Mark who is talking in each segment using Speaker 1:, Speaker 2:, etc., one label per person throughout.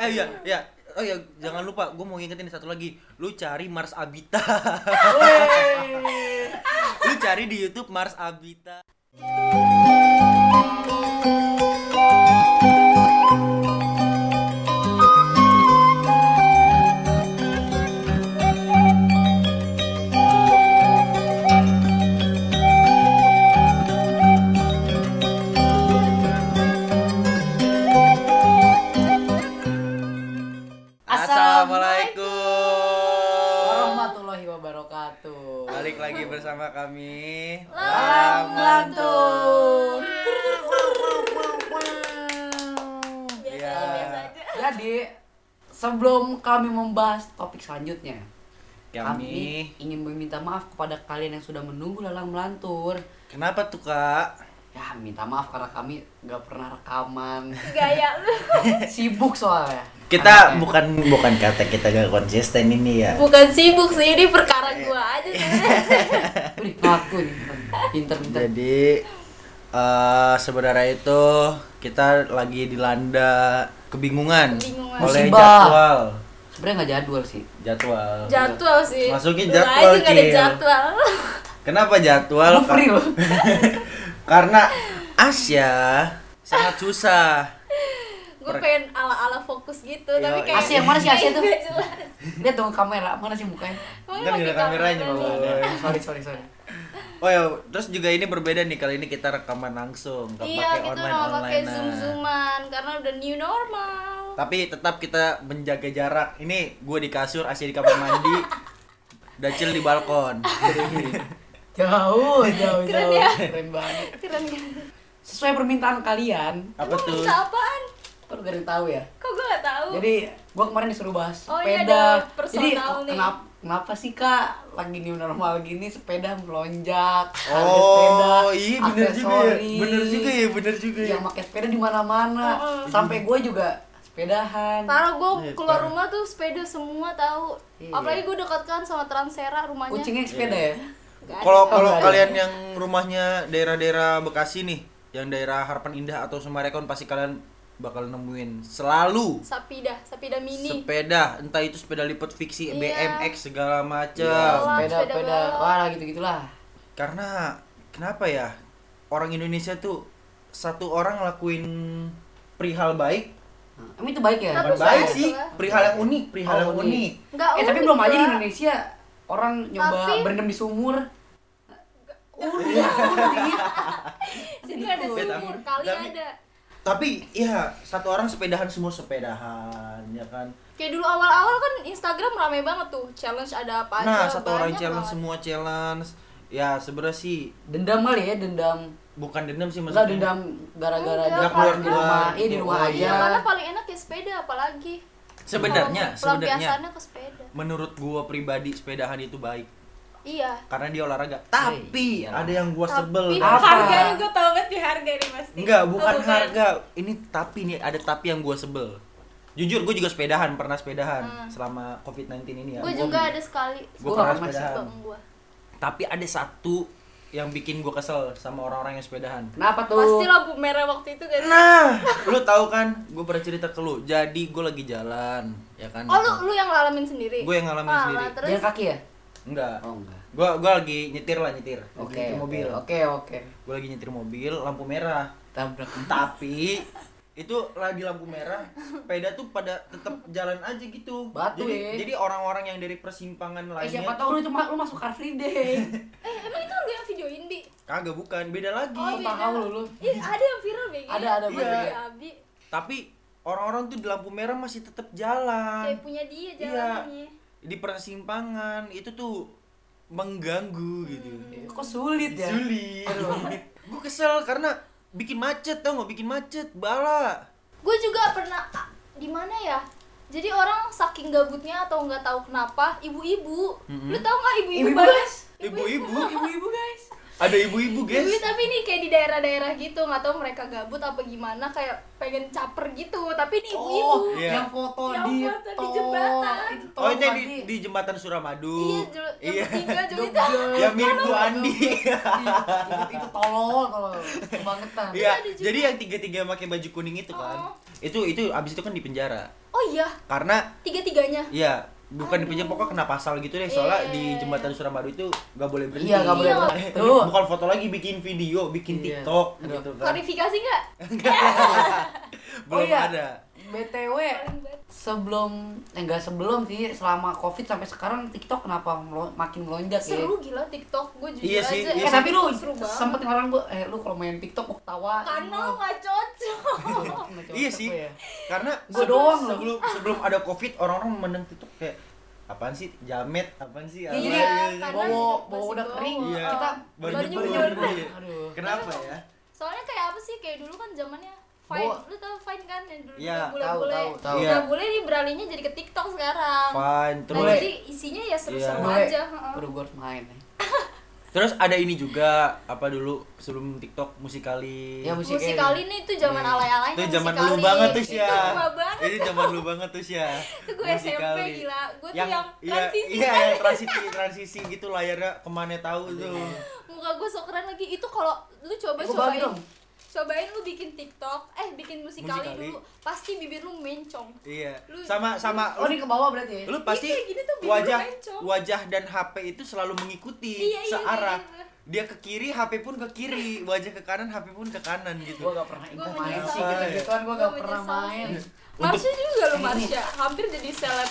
Speaker 1: eh iya iya oh ya jangan lupa gue mau ngingetin satu lagi lu cari Mars Abita lu cari di YouTube Mars Abita Assalamualaikum
Speaker 2: Warahmatullahi wabarakatuh.
Speaker 1: balik lagi bersama kami
Speaker 2: Malam
Speaker 3: Lantur. Biasa
Speaker 1: Ya.
Speaker 3: aja, biasa aja.
Speaker 2: Jadi sebelum kami membahas topik selanjutnya,
Speaker 1: Ya, kami
Speaker 2: kami ingin meminta maaf kepada kalian yang sudah menunggu lalang melantur.
Speaker 1: kenapa tuh kak
Speaker 2: Ya minta maaf karena kami nggak pernah rekaman,
Speaker 3: Gaya lu.
Speaker 2: sibuk soalnya.
Speaker 1: kita
Speaker 2: Anaknya.
Speaker 1: bukan bukan kata kita gak konsisten ini ya
Speaker 3: Bukan sibuk sih, ini perkara gua aja sebenarnya.
Speaker 2: Wih, ngaku nih, pinter-pinter.
Speaker 1: Jadi eh sebenarnya itu kita lagi dilanda kebingungan,
Speaker 3: Kebingungan.
Speaker 1: oleh
Speaker 2: Musibah.
Speaker 1: jadwal.
Speaker 2: Sebenarnya nggak jadwal sih.
Speaker 1: Jadwal.
Speaker 3: Jadwal sih.
Speaker 1: Masukin
Speaker 3: Lu
Speaker 1: jadwal,
Speaker 3: aja nggak ada
Speaker 1: Cil.
Speaker 3: jadwal.
Speaker 1: Kenapa jadwal?
Speaker 2: Gue free loh.
Speaker 1: Karena Asia sangat susah.
Speaker 3: Gua
Speaker 1: Per-
Speaker 3: pengen ala-ala fokus gitu,
Speaker 1: Yo,
Speaker 3: tapi kayak
Speaker 2: Asia yang mana sih Asia tuh?
Speaker 3: Nggak jelas.
Speaker 2: Lihat dong kamera, mana sih mukanya?
Speaker 3: Pokoknya
Speaker 1: Kan nggak ada
Speaker 3: pakai
Speaker 1: kameranya,
Speaker 3: kamera
Speaker 1: Bapak.
Speaker 3: nih.
Speaker 2: Sorry, sorry, sorry.
Speaker 1: Oh ya, terus juga ini berbeda nih kali ini kita rekaman langsung, nggak
Speaker 3: Iya,
Speaker 1: pakai
Speaker 3: kita
Speaker 1: online
Speaker 3: mau pakai
Speaker 1: online. Nah,
Speaker 3: zoom-zooman karena udah new normal.
Speaker 1: Tapi tetap kita menjaga jarak. Ini gue di kasur, Asia di kamar mandi, Dacil di balkon.
Speaker 2: Jauh, jauh,
Speaker 3: Keren
Speaker 2: jauh.
Speaker 3: ya?
Speaker 2: Keren banget.
Speaker 3: Keren kan?
Speaker 2: Sesuai permintaan kalian,
Speaker 1: Apa
Speaker 3: Emang
Speaker 1: tuh?
Speaker 3: bisa apaan?
Speaker 2: Kan udah ada yang tahu ya.
Speaker 3: Kok gua nggak tahu?
Speaker 2: Jadi gua kemarin disuruh bahas
Speaker 3: Oh, iya,
Speaker 2: sepeda.
Speaker 3: ada personal
Speaker 2: Jadi
Speaker 3: nih.
Speaker 2: kenapa kenapa sih Kak lagi new normal gini sepeda melonjak? harga
Speaker 1: Oh iya bener juga ya,
Speaker 2: aksesori,
Speaker 1: bener juga ya, bener juga ya.
Speaker 2: Yang Iya, pakai sepeda di mana-mana.
Speaker 3: Heeh.
Speaker 2: Sampai gua juga sepedahan.
Speaker 3: Oh, Parah gue
Speaker 1: Iya,
Speaker 3: keluar
Speaker 1: parah.
Speaker 3: rumah tuh sepeda semua tahu.
Speaker 2: Iya.
Speaker 3: Apalagi gue dekat kan sama Transera rumahnya.
Speaker 2: Kucingnya sepeda ya?
Speaker 3: Gak ada.
Speaker 1: Kalau kalau
Speaker 2: Oh, iya.
Speaker 1: kalian yang rumahnya daerah-daerah Bekasi nih, yang daerah Harapan Indah atau Sumarekon pasti kalian bakal nemuin selalu
Speaker 3: Sapida, Sapida mini.
Speaker 1: sepeda, entah itu sepeda lipat fiksi,
Speaker 3: Iya.
Speaker 1: BMX segala macam.
Speaker 3: Iya.
Speaker 2: sepeda,
Speaker 3: sepeda
Speaker 2: sepeda.
Speaker 3: balap.
Speaker 2: Wah, gitu-gitulah.
Speaker 1: Karena kenapa ya? Orang Indonesia tuh satu orang ngelakuin perihal baik,
Speaker 2: Nah, Emang itu baik ya?
Speaker 3: Tapi
Speaker 1: bukan
Speaker 3: saya
Speaker 1: baik
Speaker 3: suka.
Speaker 1: sih, perihal yang unik, perihal
Speaker 2: Oh,
Speaker 1: yang
Speaker 2: unik.
Speaker 1: unik.
Speaker 3: Enggak
Speaker 2: eh tapi
Speaker 3: unik,
Speaker 2: belum aja di
Speaker 3: Mbak.
Speaker 2: Indonesia orang nyoba
Speaker 3: Tapi-
Speaker 2: berendam di sumur. Udah, unik.
Speaker 3: Sini ada
Speaker 1: Tapi-
Speaker 3: sumur, kali
Speaker 1: tapi-
Speaker 3: ada.
Speaker 1: Tapi ya satu orang sepedahan semua sepedahan, ya kan?
Speaker 3: Kayak dulu awal-awal kan Instagram rame banget tuh. Challenge ada apa aja.
Speaker 1: Nah, satu orang
Speaker 3: banyak kan.
Speaker 1: challenge
Speaker 3: banget.
Speaker 1: semua challenge. Ya, sebenarnya sih
Speaker 2: Dendam kali ya, dendam.
Speaker 1: bukan dendam sih
Speaker 2: Enggak
Speaker 1: maksudnya.
Speaker 2: dendam gara-gara
Speaker 3: Enggak,
Speaker 2: dia keluar di rumah,
Speaker 1: karena-
Speaker 2: eh di rumah
Speaker 1: Iya,
Speaker 2: aja.
Speaker 3: Iya, karena paling enak ya sepeda apalagi.
Speaker 1: Sebenarnya,
Speaker 3: Kalau
Speaker 1: sebenarnya
Speaker 3: pelampiasannya ke sepeda.
Speaker 1: menurut gua pribadi sepedahan itu baik
Speaker 3: Iya.
Speaker 1: karena dia olahraga. Tapi
Speaker 2: iyalah.
Speaker 1: ada yang gua sebel.
Speaker 3: Tapi
Speaker 2: Apa?
Speaker 3: harganya gue tau banget di harga ini pasti.
Speaker 1: Enggak, bukan
Speaker 3: Oh,
Speaker 1: harga. Ini tapi nih ada tapi yang gua sebel. Jujur gua juga sepedahan, pernah sepedahan selama COVID-19 ini ya.
Speaker 3: Gue
Speaker 1: Gua-
Speaker 3: juga ada sekali.
Speaker 1: gua
Speaker 2: Gua
Speaker 1: pernah
Speaker 2: nggak pernah
Speaker 1: sepedahan.
Speaker 3: Bang gue.
Speaker 1: Tapi ada satu yang bikin gua kesel sama orang-orang yang sepedahan.
Speaker 2: Kenapa tuh?
Speaker 3: Pasti lampu merah waktu itu kan.
Speaker 1: Nah, lu tahu kan, gue pernah cerita ke lu. Jadi gue lagi jalan, ya kan?
Speaker 3: Oh lu lu yang ngalamin sendiri?
Speaker 1: Gue yang ngalamin
Speaker 3: Alah,
Speaker 1: sendiri. Iya kan?
Speaker 3: Terus
Speaker 2: Jalan kaki ya?
Speaker 1: Enggak.
Speaker 2: Oh enggak.
Speaker 1: Gue gua lagi nyetir lah nyetir. Lagi
Speaker 2: Oke,
Speaker 1: nyetir mobil.
Speaker 2: Oke, oke.
Speaker 1: Gue lagi nyetir mobil, lampu merah.
Speaker 2: Tabrak. Eh,
Speaker 1: Tapi itu lah di lampu merah, sepeda tuh pada tetap jalan aja gitu.
Speaker 2: Batu,
Speaker 1: jadi,
Speaker 2: ya.
Speaker 1: jadi orang-orang yang dari persimpangan
Speaker 2: Eh
Speaker 1: lainnya
Speaker 2: siapa tahu lu cuma lu masuk car free day.
Speaker 3: eh emang itu lu yang videoin di?
Speaker 1: kagak bukan, beda lagi.
Speaker 3: Oh, beda.
Speaker 2: tahu lu lu.
Speaker 3: Ih, ada yang viral BG.
Speaker 2: Ada, ada,
Speaker 3: Mas
Speaker 1: Iya.
Speaker 3: Abi Abi
Speaker 1: Tapi orang-orang tuh di lampu merah masih tetap jalan.
Speaker 3: kayak punya
Speaker 1: Iya.
Speaker 3: dia jalannya.
Speaker 1: Di persimpangan itu tuh mengganggu gitu.
Speaker 2: Kok sulit ya?
Speaker 1: Sulit. gue kesel karena bikin macet tau nggak bikin macet bala.
Speaker 3: Gue juga pernah ah, di mana ya? Jadi orang saking gabutnya atau nggak tahu kenapa, ibu-ibu.
Speaker 1: Mhm.
Speaker 3: Lu tau nggak ibu-ibu?
Speaker 2: Ibu-ibu, guys.
Speaker 1: Ibu-ibu,
Speaker 2: Ibu-ibu guys.
Speaker 1: ada ibu-ibu
Speaker 3: Ibu,
Speaker 1: guys.
Speaker 3: tapi ini kayak di daerah-daerah gitu, nggak tahu mereka gabut apa gimana, kayak pengen caper gitu. Tapi ini ibu-ibu.
Speaker 2: Oh,
Speaker 1: Iya.
Speaker 2: yang foto
Speaker 3: Yang
Speaker 2: di
Speaker 3: foto di
Speaker 2: tol.
Speaker 3: jembatan.
Speaker 2: Itu tol
Speaker 1: Oh itu yang di,
Speaker 2: lagi.
Speaker 1: di jembatan Suramadu.
Speaker 3: Iya, jul- yang bertiga juga itu.
Speaker 1: Yang Ya, mirip Bu Andi.
Speaker 2: Iya, itu, itu tolol tolol kebangetan
Speaker 1: Iya.
Speaker 3: ada juga.
Speaker 2: Oh.
Speaker 1: Jadi yang tiga-tiga pakai baju kuning itu kan. Itu itu abis itu kan di penjara.
Speaker 3: oh iya
Speaker 1: Karena
Speaker 3: tiga tiganya
Speaker 1: ya bukan dipinjam pokok kena pasal gitu deh soalnya
Speaker 3: Iya.
Speaker 1: di jembatan Suramadu itu nggak boleh berhenti.
Speaker 2: Iya, nggak boleh
Speaker 3: Iya.
Speaker 2: berhenti.
Speaker 1: Eh,
Speaker 2: Tuh.
Speaker 1: bukan foto lagi bikin video, bikin
Speaker 2: Iya.
Speaker 1: TikTok
Speaker 2: Aduh.
Speaker 1: gitu kan.
Speaker 3: klarifikasi nggak
Speaker 1: Belum
Speaker 2: Oh, iya.
Speaker 1: ada.
Speaker 2: BTW sebelum eh, enggak sebelum sih selama Covid sampai sekarang TikTok kenapa melo- makin melonjak ya?
Speaker 3: seru gila TikTok gue jujur
Speaker 1: Iya
Speaker 3: aja
Speaker 1: sih, iya
Speaker 2: Eh,
Speaker 3: emang
Speaker 2: tapi lu
Speaker 3: seru banget
Speaker 2: sempet orang gua eh lu kalau main TikTok mau ketawa.
Speaker 3: karena lo nggak cocok
Speaker 1: Iya sih. Karena
Speaker 2: ya? Gua
Speaker 1: sebelum-
Speaker 2: doang loh.
Speaker 1: sebelum sebelum ada Covid orang-orang memandang TikTok kayak apaan sih jamet apaan sih
Speaker 2: Iya,
Speaker 1: apa?"
Speaker 2: jadi
Speaker 1: Iya, iya.
Speaker 3: karena
Speaker 2: Bowo
Speaker 3: masih
Speaker 2: bowo udah
Speaker 3: bowo.
Speaker 2: kering
Speaker 1: Iya.
Speaker 2: kita
Speaker 1: baru
Speaker 3: baru
Speaker 1: nyebur.
Speaker 3: nyebur.
Speaker 1: Iya.
Speaker 2: Aduh.
Speaker 1: Kenapa ya?
Speaker 3: soalnya kayak apa sih kayak dulu kan zamannya Fine,
Speaker 2: Bo-
Speaker 3: lu tau Fine kan yang dulu
Speaker 1: Iya,
Speaker 3: bule bule
Speaker 2: tahu, tahu,
Speaker 1: tahu.
Speaker 3: nah bule ini beralihnya jadi ke TikTok sekarang
Speaker 1: Fine. Terus Iya.
Speaker 3: nah, jadi isinya ya seru-seru
Speaker 2: Boleh.
Speaker 3: aja heeh.
Speaker 2: Aduh gua harus main. nih.
Speaker 1: terus ada ini juga apa dulu sebelum TikTok musikali. Hmm.
Speaker 2: Ya, musik
Speaker 3: musik kali ini tuh zaman alay-alay
Speaker 1: Iya. itu zaman lu banget tuh sih
Speaker 3: itu
Speaker 1: ya.
Speaker 3: gua banget
Speaker 1: Itu zaman lu banget tuh sih ya.
Speaker 3: Itu gue SMP, gila. Gue tuh yang
Speaker 1: iya,
Speaker 3: transisi
Speaker 1: Iya, yang transisi transisi gitu layarnya kemana tahu
Speaker 3: Iya.
Speaker 1: tuh.
Speaker 3: muka gue so keren lagi itu kalau lu
Speaker 2: Gua
Speaker 3: coba
Speaker 2: bagi
Speaker 3: cobain
Speaker 2: dong.
Speaker 3: cobain lu bikin TikTok eh bikin musikali
Speaker 1: Musikali.
Speaker 3: dulu pasti bibir lu mencong
Speaker 1: Iya.
Speaker 3: Lu-
Speaker 1: Sama sama
Speaker 2: Oh, ini ke bawah berarti ya?
Speaker 1: lu pasti
Speaker 3: kayak gini tuh bibir
Speaker 1: wajah
Speaker 3: mencong.
Speaker 1: wajah dan HP itu selalu mengikuti
Speaker 3: Iya, iya,
Speaker 1: searah.
Speaker 3: iya, iya.
Speaker 1: Dia ke kiri, HP pun ke kiri, wajah ke kanan, HP pun ke kanan gitu.
Speaker 2: Gua gak pernah ya.
Speaker 3: Gua
Speaker 2: ikut main
Speaker 1: menyesal.
Speaker 2: sih gitu-gituan kan gua gak
Speaker 3: Gua
Speaker 2: pernah
Speaker 3: menyesal
Speaker 2: main.
Speaker 3: sih. Marsha juga lu Marsha hampir jadi seleb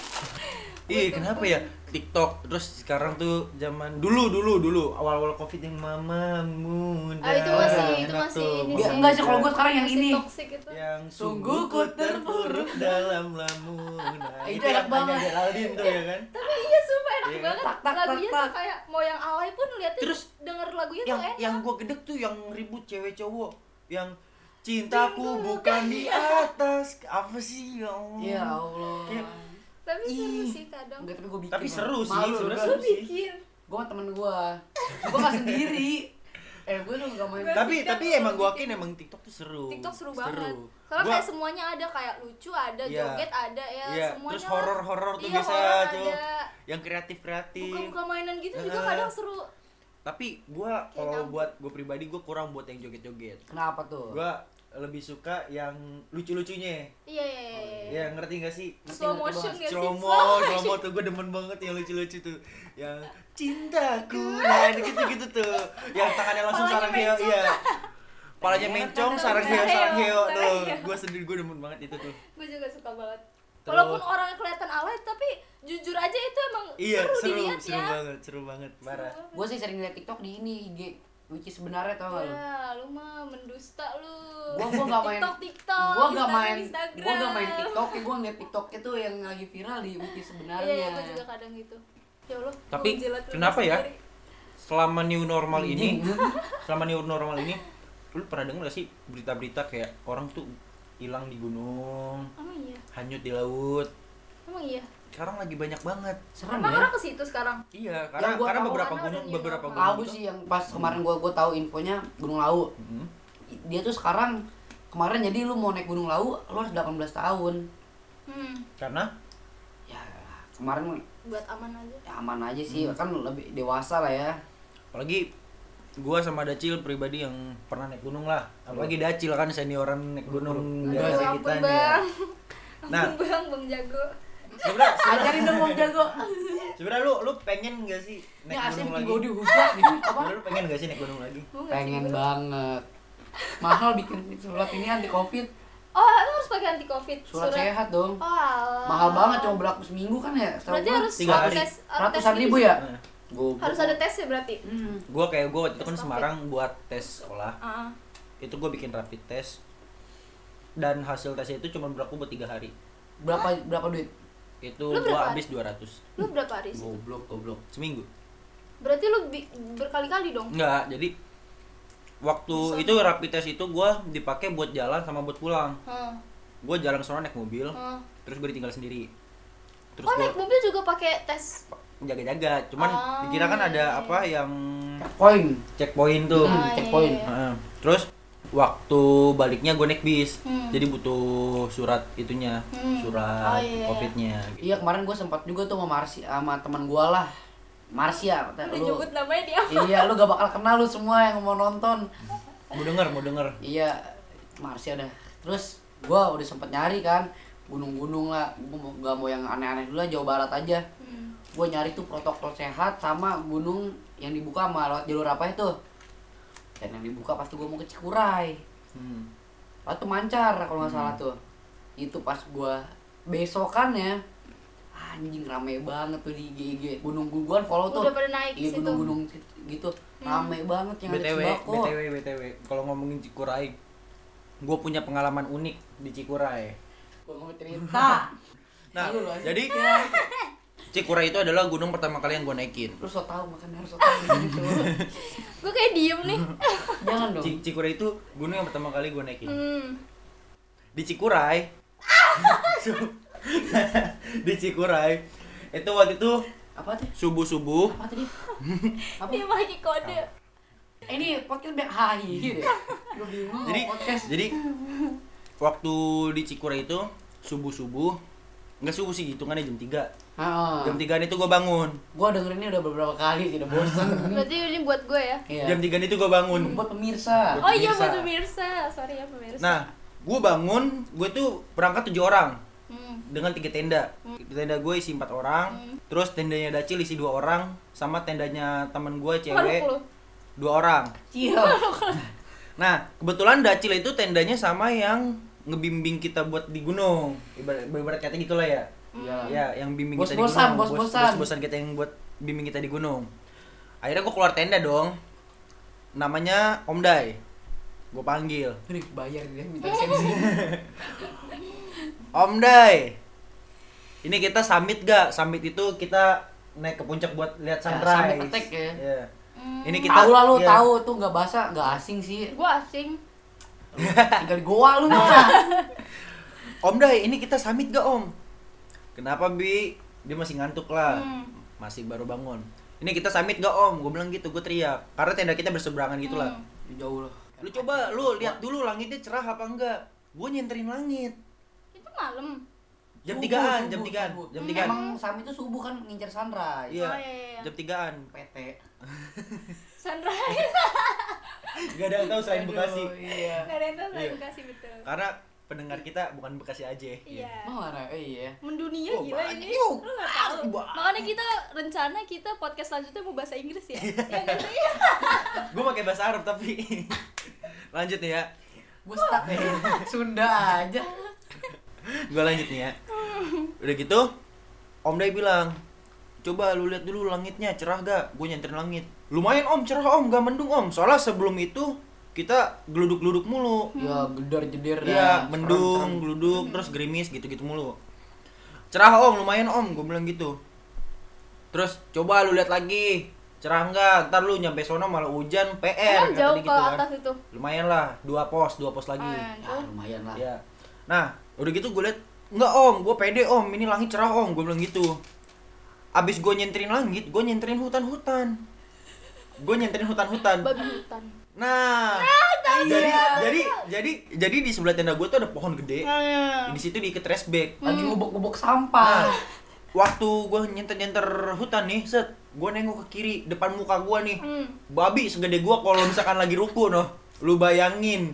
Speaker 1: Iya, kenapa ya? TikTok terus sekarang tuh zaman dulu dulu dulu awal-awal Covid yang mama muda.
Speaker 3: Ah, itu masih
Speaker 1: Enak
Speaker 3: itu masih
Speaker 1: tuh,
Speaker 3: ini
Speaker 1: Mama
Speaker 2: Dia- enggak sih,
Speaker 1: Muda.
Speaker 2: kalau gua sekarang yang
Speaker 3: Masih
Speaker 2: ini.
Speaker 3: toxic itu.
Speaker 1: yang
Speaker 2: Sungguh ku terpuruk
Speaker 1: dalam lamunan
Speaker 2: Itu enak banget.
Speaker 1: Anya Geraldine tuh ya kan
Speaker 3: tapi iya sumpah enak
Speaker 1: Iya.
Speaker 3: banget
Speaker 2: Tak, tak, tak,
Speaker 3: lagunya
Speaker 2: tak.
Speaker 3: tuh kayak mau yang alay pun liatin
Speaker 1: Terus,
Speaker 3: denger lagunya
Speaker 1: yang
Speaker 3: tuh enak
Speaker 1: yang gue gedek tuh yang ribut cewek cowok yang cintaku bukan di atas apa sih ya Allah
Speaker 2: Ya Allah.
Speaker 1: Kayak-
Speaker 3: tapi seru
Speaker 1: Ih.
Speaker 3: sih kadang Iya,
Speaker 2: Enggak, tapi gua bikin.
Speaker 1: Tapi seru sih,
Speaker 2: Malu
Speaker 1: sebenarnya
Speaker 2: gua.
Speaker 1: seru
Speaker 3: lu
Speaker 1: sih.
Speaker 3: bikin
Speaker 2: Gua sama temen gua. Gua gak sendiri. Eh, gua tuh gak main.
Speaker 1: tapi
Speaker 3: Kita
Speaker 1: tapi
Speaker 3: kalau
Speaker 1: emang gue yakin
Speaker 3: bikin-
Speaker 1: emang TikTok tuh seru
Speaker 3: TikTok seru banget.
Speaker 1: Seru.
Speaker 3: Soalnya
Speaker 1: Gua-
Speaker 3: kayak semuanya ada kayak lucu ada,
Speaker 1: Iya.
Speaker 3: joget ada ya,
Speaker 1: iya,
Speaker 3: semuanya.
Speaker 1: terus
Speaker 3: lah.
Speaker 1: horor-horor tuh
Speaker 3: Iya,
Speaker 1: biasa
Speaker 3: horor
Speaker 1: tuh
Speaker 3: ada.
Speaker 1: yang kreatif kreatif
Speaker 3: Buka-buka mainan gitu juga
Speaker 1: Heeh.
Speaker 3: kadang seru.
Speaker 1: tapi gue kalau
Speaker 3: nyampur.
Speaker 1: buat gue pribadi gue kurang buat yang joget joget
Speaker 2: Kenapa tuh?
Speaker 1: gue lebih suka yang lucu lucunya
Speaker 3: Iya, iya, iya, iya.
Speaker 1: ya ngerti gak sih
Speaker 3: Slow motion ya sih.
Speaker 1: Slomo, slomo tuh gue demen banget yang lucu-lucu tuh Yang cintaku, nah gitu-gitu tuh Yang tangannya langsung
Speaker 3: Palanya Iya,
Speaker 1: sarang heo, iya Palanya mencong, sarang heo, sarang heo tuh Gue sendiri, gue demen banget itu tuh
Speaker 3: Gue juga suka banget.
Speaker 1: Terus-
Speaker 3: Walaupun orangnya kelihatan alay tapi jujur aja itu emang
Speaker 1: Iya,
Speaker 3: seru,
Speaker 1: seru,
Speaker 3: dilihat
Speaker 1: seru
Speaker 3: ya.
Speaker 1: banget, seru banget, parah
Speaker 3: Seru.
Speaker 2: Gua sih sering liat TikTok di ini IG which is sebenarnya tau gak lu?
Speaker 3: Ya, lu mah mendusta lu.
Speaker 2: Gua gua gak main.
Speaker 3: TikTok, TikTok.
Speaker 2: Gua gak
Speaker 3: Instagram,
Speaker 2: main.
Speaker 3: Instagram.
Speaker 2: Gua gak main TikTok, ya gua ngeliat TikTok itu yang lagi viral di which is
Speaker 3: Iya,
Speaker 2: sebenarnya.
Speaker 3: iya, gua juga kadang gitu. Ya Allah, gua
Speaker 1: Tapi,
Speaker 3: menjilat lu
Speaker 1: kenapa ya?
Speaker 3: sendiri.
Speaker 1: Selama new normal ini,
Speaker 2: Anjing.
Speaker 1: selama new normal ini Lu pernah denger gak sih berita-berita kayak orang tuh hilang di gunung,
Speaker 3: Emang iya.
Speaker 1: hanyut di laut
Speaker 3: Emang iya.
Speaker 1: Sekarang lagi banyak banget
Speaker 2: Serem
Speaker 3: Emang
Speaker 2: ya?
Speaker 3: orang ke situ sekarang?
Speaker 1: Iya, karena
Speaker 2: gua
Speaker 1: karena
Speaker 2: tahu,
Speaker 1: beberapa
Speaker 3: karena
Speaker 1: gunung
Speaker 3: udah new
Speaker 1: beberapa
Speaker 3: normal.
Speaker 1: gunung
Speaker 2: Lawu
Speaker 1: tuh-
Speaker 2: sih yang pas kemarin gua gua tahu infonya Gunung Lawu.
Speaker 1: Mhm.
Speaker 2: Dia tuh sekarang kemarin jadi lu mau naik Gunung Lawu lu harus 18 tahun.
Speaker 3: Hmm,
Speaker 1: Karena
Speaker 2: Ya kemarin
Speaker 3: buat aman aja.
Speaker 2: ya aman aja sih
Speaker 1: Hmm.
Speaker 2: kan lebih dewasa lah ya
Speaker 1: apalagi gua sama Dacil pribadi yang pernah naik gunung lah apalagi Dacil kan senioran naik gunung
Speaker 3: Iya. Aduh,
Speaker 1: dari
Speaker 3: ampun
Speaker 1: kita nih ya.
Speaker 3: bang.
Speaker 1: Nah.
Speaker 3: ampun bang, bang jago.
Speaker 1: sebenernya
Speaker 2: ajarin dong bang jago
Speaker 1: sebenernya lu lu pengen gak sih
Speaker 2: ini
Speaker 1: naik
Speaker 2: asli
Speaker 1: gunung
Speaker 2: bikin
Speaker 1: lagi
Speaker 2: gue dihujat gitu apa
Speaker 1: sebenernya lu pengen gak sih naik gunung lagi
Speaker 3: Mau nggak sih,
Speaker 2: pengen
Speaker 3: Bang?
Speaker 2: banget mahal bikin surat ini anti covid
Speaker 3: Oh, lu harus pakai anti covid.
Speaker 2: surat sehat dong
Speaker 3: Oh, alah.
Speaker 2: mahal banget cuma berlaku seminggu kan ya setahu
Speaker 3: Berarti
Speaker 2: gua.
Speaker 3: harus
Speaker 1: Tiga
Speaker 3: ada
Speaker 1: hari.
Speaker 3: tes, ada
Speaker 2: ratusan
Speaker 3: tes
Speaker 2: ribu
Speaker 3: gitu.
Speaker 2: ya
Speaker 1: Nah,
Speaker 2: Goblok.
Speaker 3: Harus ada tes ya berarti.
Speaker 2: Hmm.
Speaker 1: gua kayak gua waktu itu kan
Speaker 3: Tes
Speaker 1: Semarang buat tes sekolah
Speaker 3: Heeh.
Speaker 1: itu gua bikin rapid test dan hasil tesnya itu cuma berlaku buat tiga hari
Speaker 2: berapa berapa duit
Speaker 1: itu
Speaker 3: Lu berapa
Speaker 1: gua
Speaker 3: hari?
Speaker 1: habis 200
Speaker 3: Lu berapa hari sih?
Speaker 2: goblok goblok
Speaker 1: seminggu
Speaker 3: Berarti lu bi- berkali-kali dong.
Speaker 1: enggak jadi waktu
Speaker 3: Bisa.
Speaker 1: itu rapid test itu gua dipakai buat jalan sama buat pulang
Speaker 3: Heeh.
Speaker 2: Hmm.
Speaker 1: gua jalan ke sana naik mobil
Speaker 3: heeh.
Speaker 1: terus gue ditinggal sendiri terus
Speaker 3: Hmm, Oh,
Speaker 1: gue
Speaker 3: naik mobil juga pakai tes.
Speaker 1: jaga-jaga cuman
Speaker 3: Ah,
Speaker 1: dikira kan ada
Speaker 3: iya,
Speaker 1: apa yang
Speaker 2: poin
Speaker 1: checkpoint tuh
Speaker 2: Hmm,
Speaker 3: Ah, iya,
Speaker 2: checkpoint.
Speaker 3: iya.
Speaker 1: Heeh. terus waktu baliknya gue naik bis
Speaker 3: Hmm.
Speaker 1: jadi butuh surat itunya
Speaker 3: Hmm.
Speaker 1: surat
Speaker 3: Oh, iya, iya.
Speaker 1: covidnya
Speaker 2: iya kemarin gue sempat juga tuh sama Marsi sama teman gue lah Marsia kata
Speaker 3: Udah
Speaker 2: lu
Speaker 3: nyebut namanya dia.
Speaker 2: iya lu gak bakal kenal lu semua yang mau nonton
Speaker 1: mau denger mau denger
Speaker 2: Iya, Marsha dah. Terus gua udah sempet nyari kan, gunung-gunung lah gue mau- nggak mau yang aneh-aneh dulu lah Jawa Barat aja
Speaker 3: Hmm.
Speaker 2: gue nyari tuh protokol sehat sama gunung yang dibuka sama lewat jalur apa itu dan yang dibuka pasti gue mau ke Cikuray
Speaker 1: Hmm.
Speaker 2: Lalu tuh mancar kalau nggak salah tuh itu pas gue besokannya anjing rame banget tuh di IG, IG. gunung guguan kan follow tuh
Speaker 3: Udah pada naik
Speaker 2: iya
Speaker 3: ke situ. Hmm.
Speaker 2: gunung-gunung gitu rame banget yang ada
Speaker 1: BTW,
Speaker 2: sembako
Speaker 1: BTW, BTW. Kalau ngomongin Cikuray, gue punya pengalaman unik di Cikuray.
Speaker 2: gue mau cerita
Speaker 1: Nah,
Speaker 2: Lalu lu aja.
Speaker 1: jadi Cikuray itu adalah gunung pertama kali yang gue naikin.
Speaker 2: lu so tau makanya harus so tau gitu
Speaker 3: Gue kayak diem nih.
Speaker 2: jangan dong
Speaker 1: Ci- Cikuray itu gunung yang pertama kali gue naikin.
Speaker 3: hmm.
Speaker 1: Di Cikuray, di Cikuray, itu waktu itu
Speaker 2: apa tuh
Speaker 1: subuh subuh.
Speaker 2: apa tadi apa
Speaker 3: Dia pakai kode.
Speaker 2: ini podcast back hai deh lu bingung
Speaker 1: Jadi,
Speaker 2: podcast
Speaker 1: jadi waktu di Cikuray itu subuh subuh, nggak subuh sih hitungannya jam 3
Speaker 2: Heeh.
Speaker 1: Jam 3 itu gue bangun.
Speaker 2: Ah, gua dengerin ini udah beberapa kali tidak
Speaker 1: Nah.
Speaker 2: bosan
Speaker 3: Berarti ini buat gue ya.
Speaker 2: iya Hmm.
Speaker 1: Jam 3 itu gue bangun.
Speaker 2: buat pemirsa
Speaker 3: Oh iya
Speaker 1: Pemirsa.
Speaker 3: buat pemirsa. Sorry ya pemirsa.
Speaker 1: Nah, gue bangun, gue tuh berangkat tujuh orang
Speaker 3: Hmm.
Speaker 1: dengan tiga tenda. Tenda gue isi empat orang, terus tendanya Dacil isi dua orang, sama tendanya temen gue cewek
Speaker 3: Malu lu.
Speaker 1: dua orang.
Speaker 2: cio
Speaker 1: Nah, kebetulan Dacil itu tendanya sama yang ngebimbing kita buat di gunung. Ibarat, ibarat kata gitulah ya.
Speaker 2: Iya.
Speaker 1: Ya, yang bimbing kita di
Speaker 2: Bos-bosan,
Speaker 1: gunung.
Speaker 2: bos-bosan.
Speaker 1: bosan kita yang buat bimbing kita di gunung. Akhirnya gue keluar tenda dong. Namanya Om Dai. Gue panggil.
Speaker 2: Nih, bayar dia minta sensi
Speaker 1: Om Dai. Ini kita summit gak? Summit itu kita naik ke puncak buat lihat
Speaker 2: Ya,
Speaker 1: sunrise.
Speaker 2: summit attack ya.
Speaker 1: Iya.
Speaker 3: Hmm.
Speaker 1: Ini kita
Speaker 2: tahu lah lu
Speaker 1: iya.
Speaker 2: tahu tuh nggak basah nggak asing sih
Speaker 3: Gue asing.
Speaker 2: tinggal di goa lu Ya mah
Speaker 1: Om Dai, ini kita summit gak, Om? Kenapa, Bi? Dia masih ngantuk lah.
Speaker 3: Hmm.
Speaker 1: Masih baru bangun. Ini kita summit gak, Om? Gue bilang gitu, gue teriak. Karena tenda kita berseberangan gitu lah.
Speaker 3: Hmm.
Speaker 2: jauh lah
Speaker 1: Lu coba lu lihat dulu langitnya cerah apa enggak. Gue nyenterin langit.
Speaker 3: Itu malam.
Speaker 1: Jam
Speaker 2: Subuh,
Speaker 1: tigaan,
Speaker 2: subuh,
Speaker 1: jam tigaan,
Speaker 2: subuh.
Speaker 1: jam
Speaker 2: Hmm,
Speaker 1: tigaan.
Speaker 2: emang sam itu subuh kan ngincer sunrise
Speaker 1: Iya.
Speaker 3: Oh, iya, iya, iya.
Speaker 1: Jam tigaan.
Speaker 2: PT
Speaker 3: Sunrise.
Speaker 1: Gak ada yang tahu selain
Speaker 2: Aduh,
Speaker 1: Bekasi.
Speaker 2: iya
Speaker 3: Karena saya
Speaker 1: Iya.
Speaker 3: Bekasi betul.
Speaker 1: Karena pendengar kita bukan Bekasi aja.
Speaker 3: Iya.
Speaker 2: mau mana iya
Speaker 3: Mendunia
Speaker 1: Oh,
Speaker 3: gila
Speaker 1: banyak.
Speaker 3: ini.
Speaker 1: Yuh,
Speaker 3: Lu gak tahu.
Speaker 1: banyak.
Speaker 3: Makanya kita rencana kita podcast selanjutnya mau bahasa Inggris ya. Iya kan sih?
Speaker 1: gue pakai bahasa Arab tapi lanjut nih ya
Speaker 2: gue stuck deh Sunda aja
Speaker 1: gue lanjut nih ya udah gitu Om Dai bilang coba lu lihat dulu langitnya cerah gak gue nyenterin langit lumayan Om cerah Om gak mendung Om soalnya sebelum itu kita geluduk-geluduk mulu
Speaker 2: ya gedor jeder
Speaker 1: Iya, mendung, geluduk, terus gerimis gitu-gitu mulu. Cerah om, lumayan om, gue bilang gitu. Terus coba lu lihat lagi, cerah enggak? Ntar lu nyampe sono malah hujan, PR.
Speaker 3: Emang
Speaker 1: kata
Speaker 3: Kan jauh
Speaker 1: dia gitu kan.
Speaker 3: ke atas itu.
Speaker 1: Lumayan lah, dua pos, dua pos lagi.
Speaker 3: Ah,
Speaker 2: ya lumayan lah
Speaker 1: Iya. Nah, udah gitu gue liat, enggak om, gue pede om, ini langit cerah om, gue bilang gitu. Abis gue nyenterin langit, gue nyenterin hutan-hutan. Gue nyenterin hutan-hutan.
Speaker 3: Babi hutan.
Speaker 1: Nah, jadi, jadi jadi jadi di sebelah tenda gue tuh ada pohon gede. Di situ diikat trash bag.
Speaker 2: lagi ngubuk-ngubuk
Speaker 1: Nah,
Speaker 2: sampah
Speaker 1: waktu gue nyenter-nyenter hutan nih, set, gue nengok ke kiri depan muka gue nih.
Speaker 3: Hmm.
Speaker 1: Babi segede gue kalau misalkan lagi ruku noh. Lu bayangin.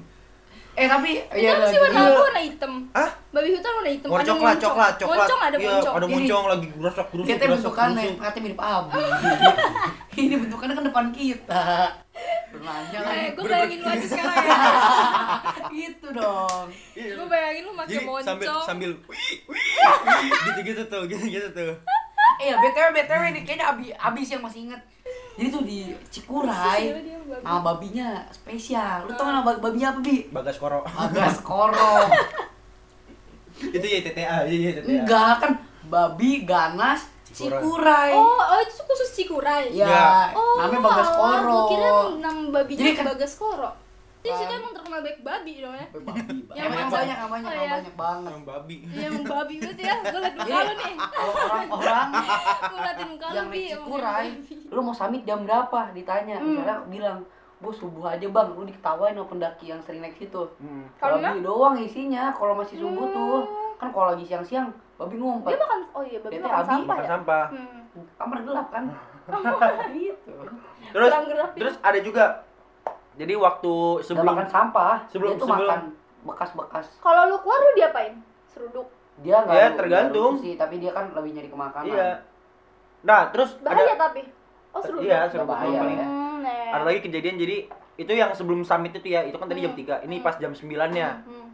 Speaker 2: eh tapi
Speaker 3: Itu apa sih warna
Speaker 2: Iya.
Speaker 3: apa warna hitam?
Speaker 1: Ah,
Speaker 3: Babi hutan warna hitam.
Speaker 1: warna
Speaker 3: ada
Speaker 1: coklat,
Speaker 3: moncong.
Speaker 1: coklat, coklat.
Speaker 3: Moncong ada
Speaker 1: Iya,
Speaker 3: moncong.
Speaker 1: ada
Speaker 2: Ini-
Speaker 1: moncong lagi gerosok gerusuk.
Speaker 2: kita bentukannya katanya mirip abu ini bentukannya kan depan kita berlanjang
Speaker 3: Eh, gue bayangin lu aja sekarang ya.
Speaker 2: gitu dong
Speaker 3: gue bayangin lu pakai
Speaker 1: Jadi
Speaker 3: moncong.
Speaker 1: Iya. sambil sambil wih, wih, wih, gitu-gitu tuh, gitu-gitu tuh.
Speaker 2: eh ya btw btw ini kayaknya abi abis yang masih inget jadi tuh di
Speaker 3: Siapa
Speaker 2: Cikuray
Speaker 3: dia, babi?
Speaker 2: nama babinya spesial lu tau nama bab- babinya apa bi
Speaker 1: Bagas koro.
Speaker 2: Bagas korong
Speaker 1: itu ya TTA, iya TTA.
Speaker 2: enggak kan babi ganas
Speaker 1: Cikuray.
Speaker 2: Cikuray
Speaker 3: Oh, oh itu khusus Cikuray.
Speaker 2: ya,
Speaker 1: Ya.
Speaker 3: Oh,
Speaker 2: namanya Bagas
Speaker 3: alah, Gua
Speaker 2: korong
Speaker 3: kira nama babinya
Speaker 2: Jadi kan-
Speaker 3: Bagas Koro. Di situ
Speaker 2: Bang.
Speaker 3: emang terkenal baik babi dong ya.
Speaker 2: babi
Speaker 3: Yang
Speaker 2: yang banyak
Speaker 3: mana?
Speaker 2: banyak yang banyak
Speaker 3: Oh,
Speaker 2: yang
Speaker 3: ya.
Speaker 2: banyak banget
Speaker 1: Yang babi.
Speaker 3: Iya, emang babi banget ya. Gue liat muka
Speaker 2: Jadi,
Speaker 3: lu nih.
Speaker 2: kalau orang-orang
Speaker 3: Gue liatin muka lu
Speaker 2: yang
Speaker 3: Bi,
Speaker 2: naik
Speaker 3: emang
Speaker 2: Cikuray,
Speaker 3: babi.
Speaker 2: lu mau summit jam berapa? Ditanya,
Speaker 3: Hmm.
Speaker 2: misalnya bilang, bu subuh aja bang, lu diketawain sama pendaki yang sering naik situ.
Speaker 1: Hmm.
Speaker 3: Kalau Hmm.
Speaker 2: babi doang isinya, kalau masih subuh tuh, kan kalau lagi siang-siang, babi ngumpet.
Speaker 3: Dia makan oh iya, babi
Speaker 2: Dia
Speaker 3: makan
Speaker 2: babi,
Speaker 3: sampah
Speaker 1: Makan
Speaker 3: ya.
Speaker 1: sampah.
Speaker 3: Hmm.
Speaker 2: Kamar gelap kan? gitu.
Speaker 1: Terus
Speaker 3: Kurang gerak,
Speaker 1: terus ada juga. Jadi waktu sebelum
Speaker 2: Sebelum makan sampah,
Speaker 1: sebelum-
Speaker 2: dia tuh
Speaker 1: sebelum-
Speaker 2: makan bekas-bekas.
Speaker 3: Kalau lu keluar lu diapain? Seruduk.
Speaker 2: dia nggak
Speaker 1: Ya,
Speaker 2: nggak
Speaker 1: tergantung.
Speaker 2: rusuh sih tapi dia kan lebih nyari ke makanan
Speaker 1: Iya. Nah, terus ada
Speaker 3: bahaya tapi oh seru
Speaker 1: Iya,
Speaker 2: Nggak
Speaker 1: seru
Speaker 2: bahaya
Speaker 1: paling.
Speaker 2: ya.
Speaker 3: Hmm, eh.
Speaker 1: Ada lagi kejadian jadi itu yang sebelum summit itu ya, itu kan tadi jam
Speaker 3: Hmm.
Speaker 1: 3. Ini
Speaker 3: Hmm.
Speaker 1: pas jam 9-nya,
Speaker 3: Hmm.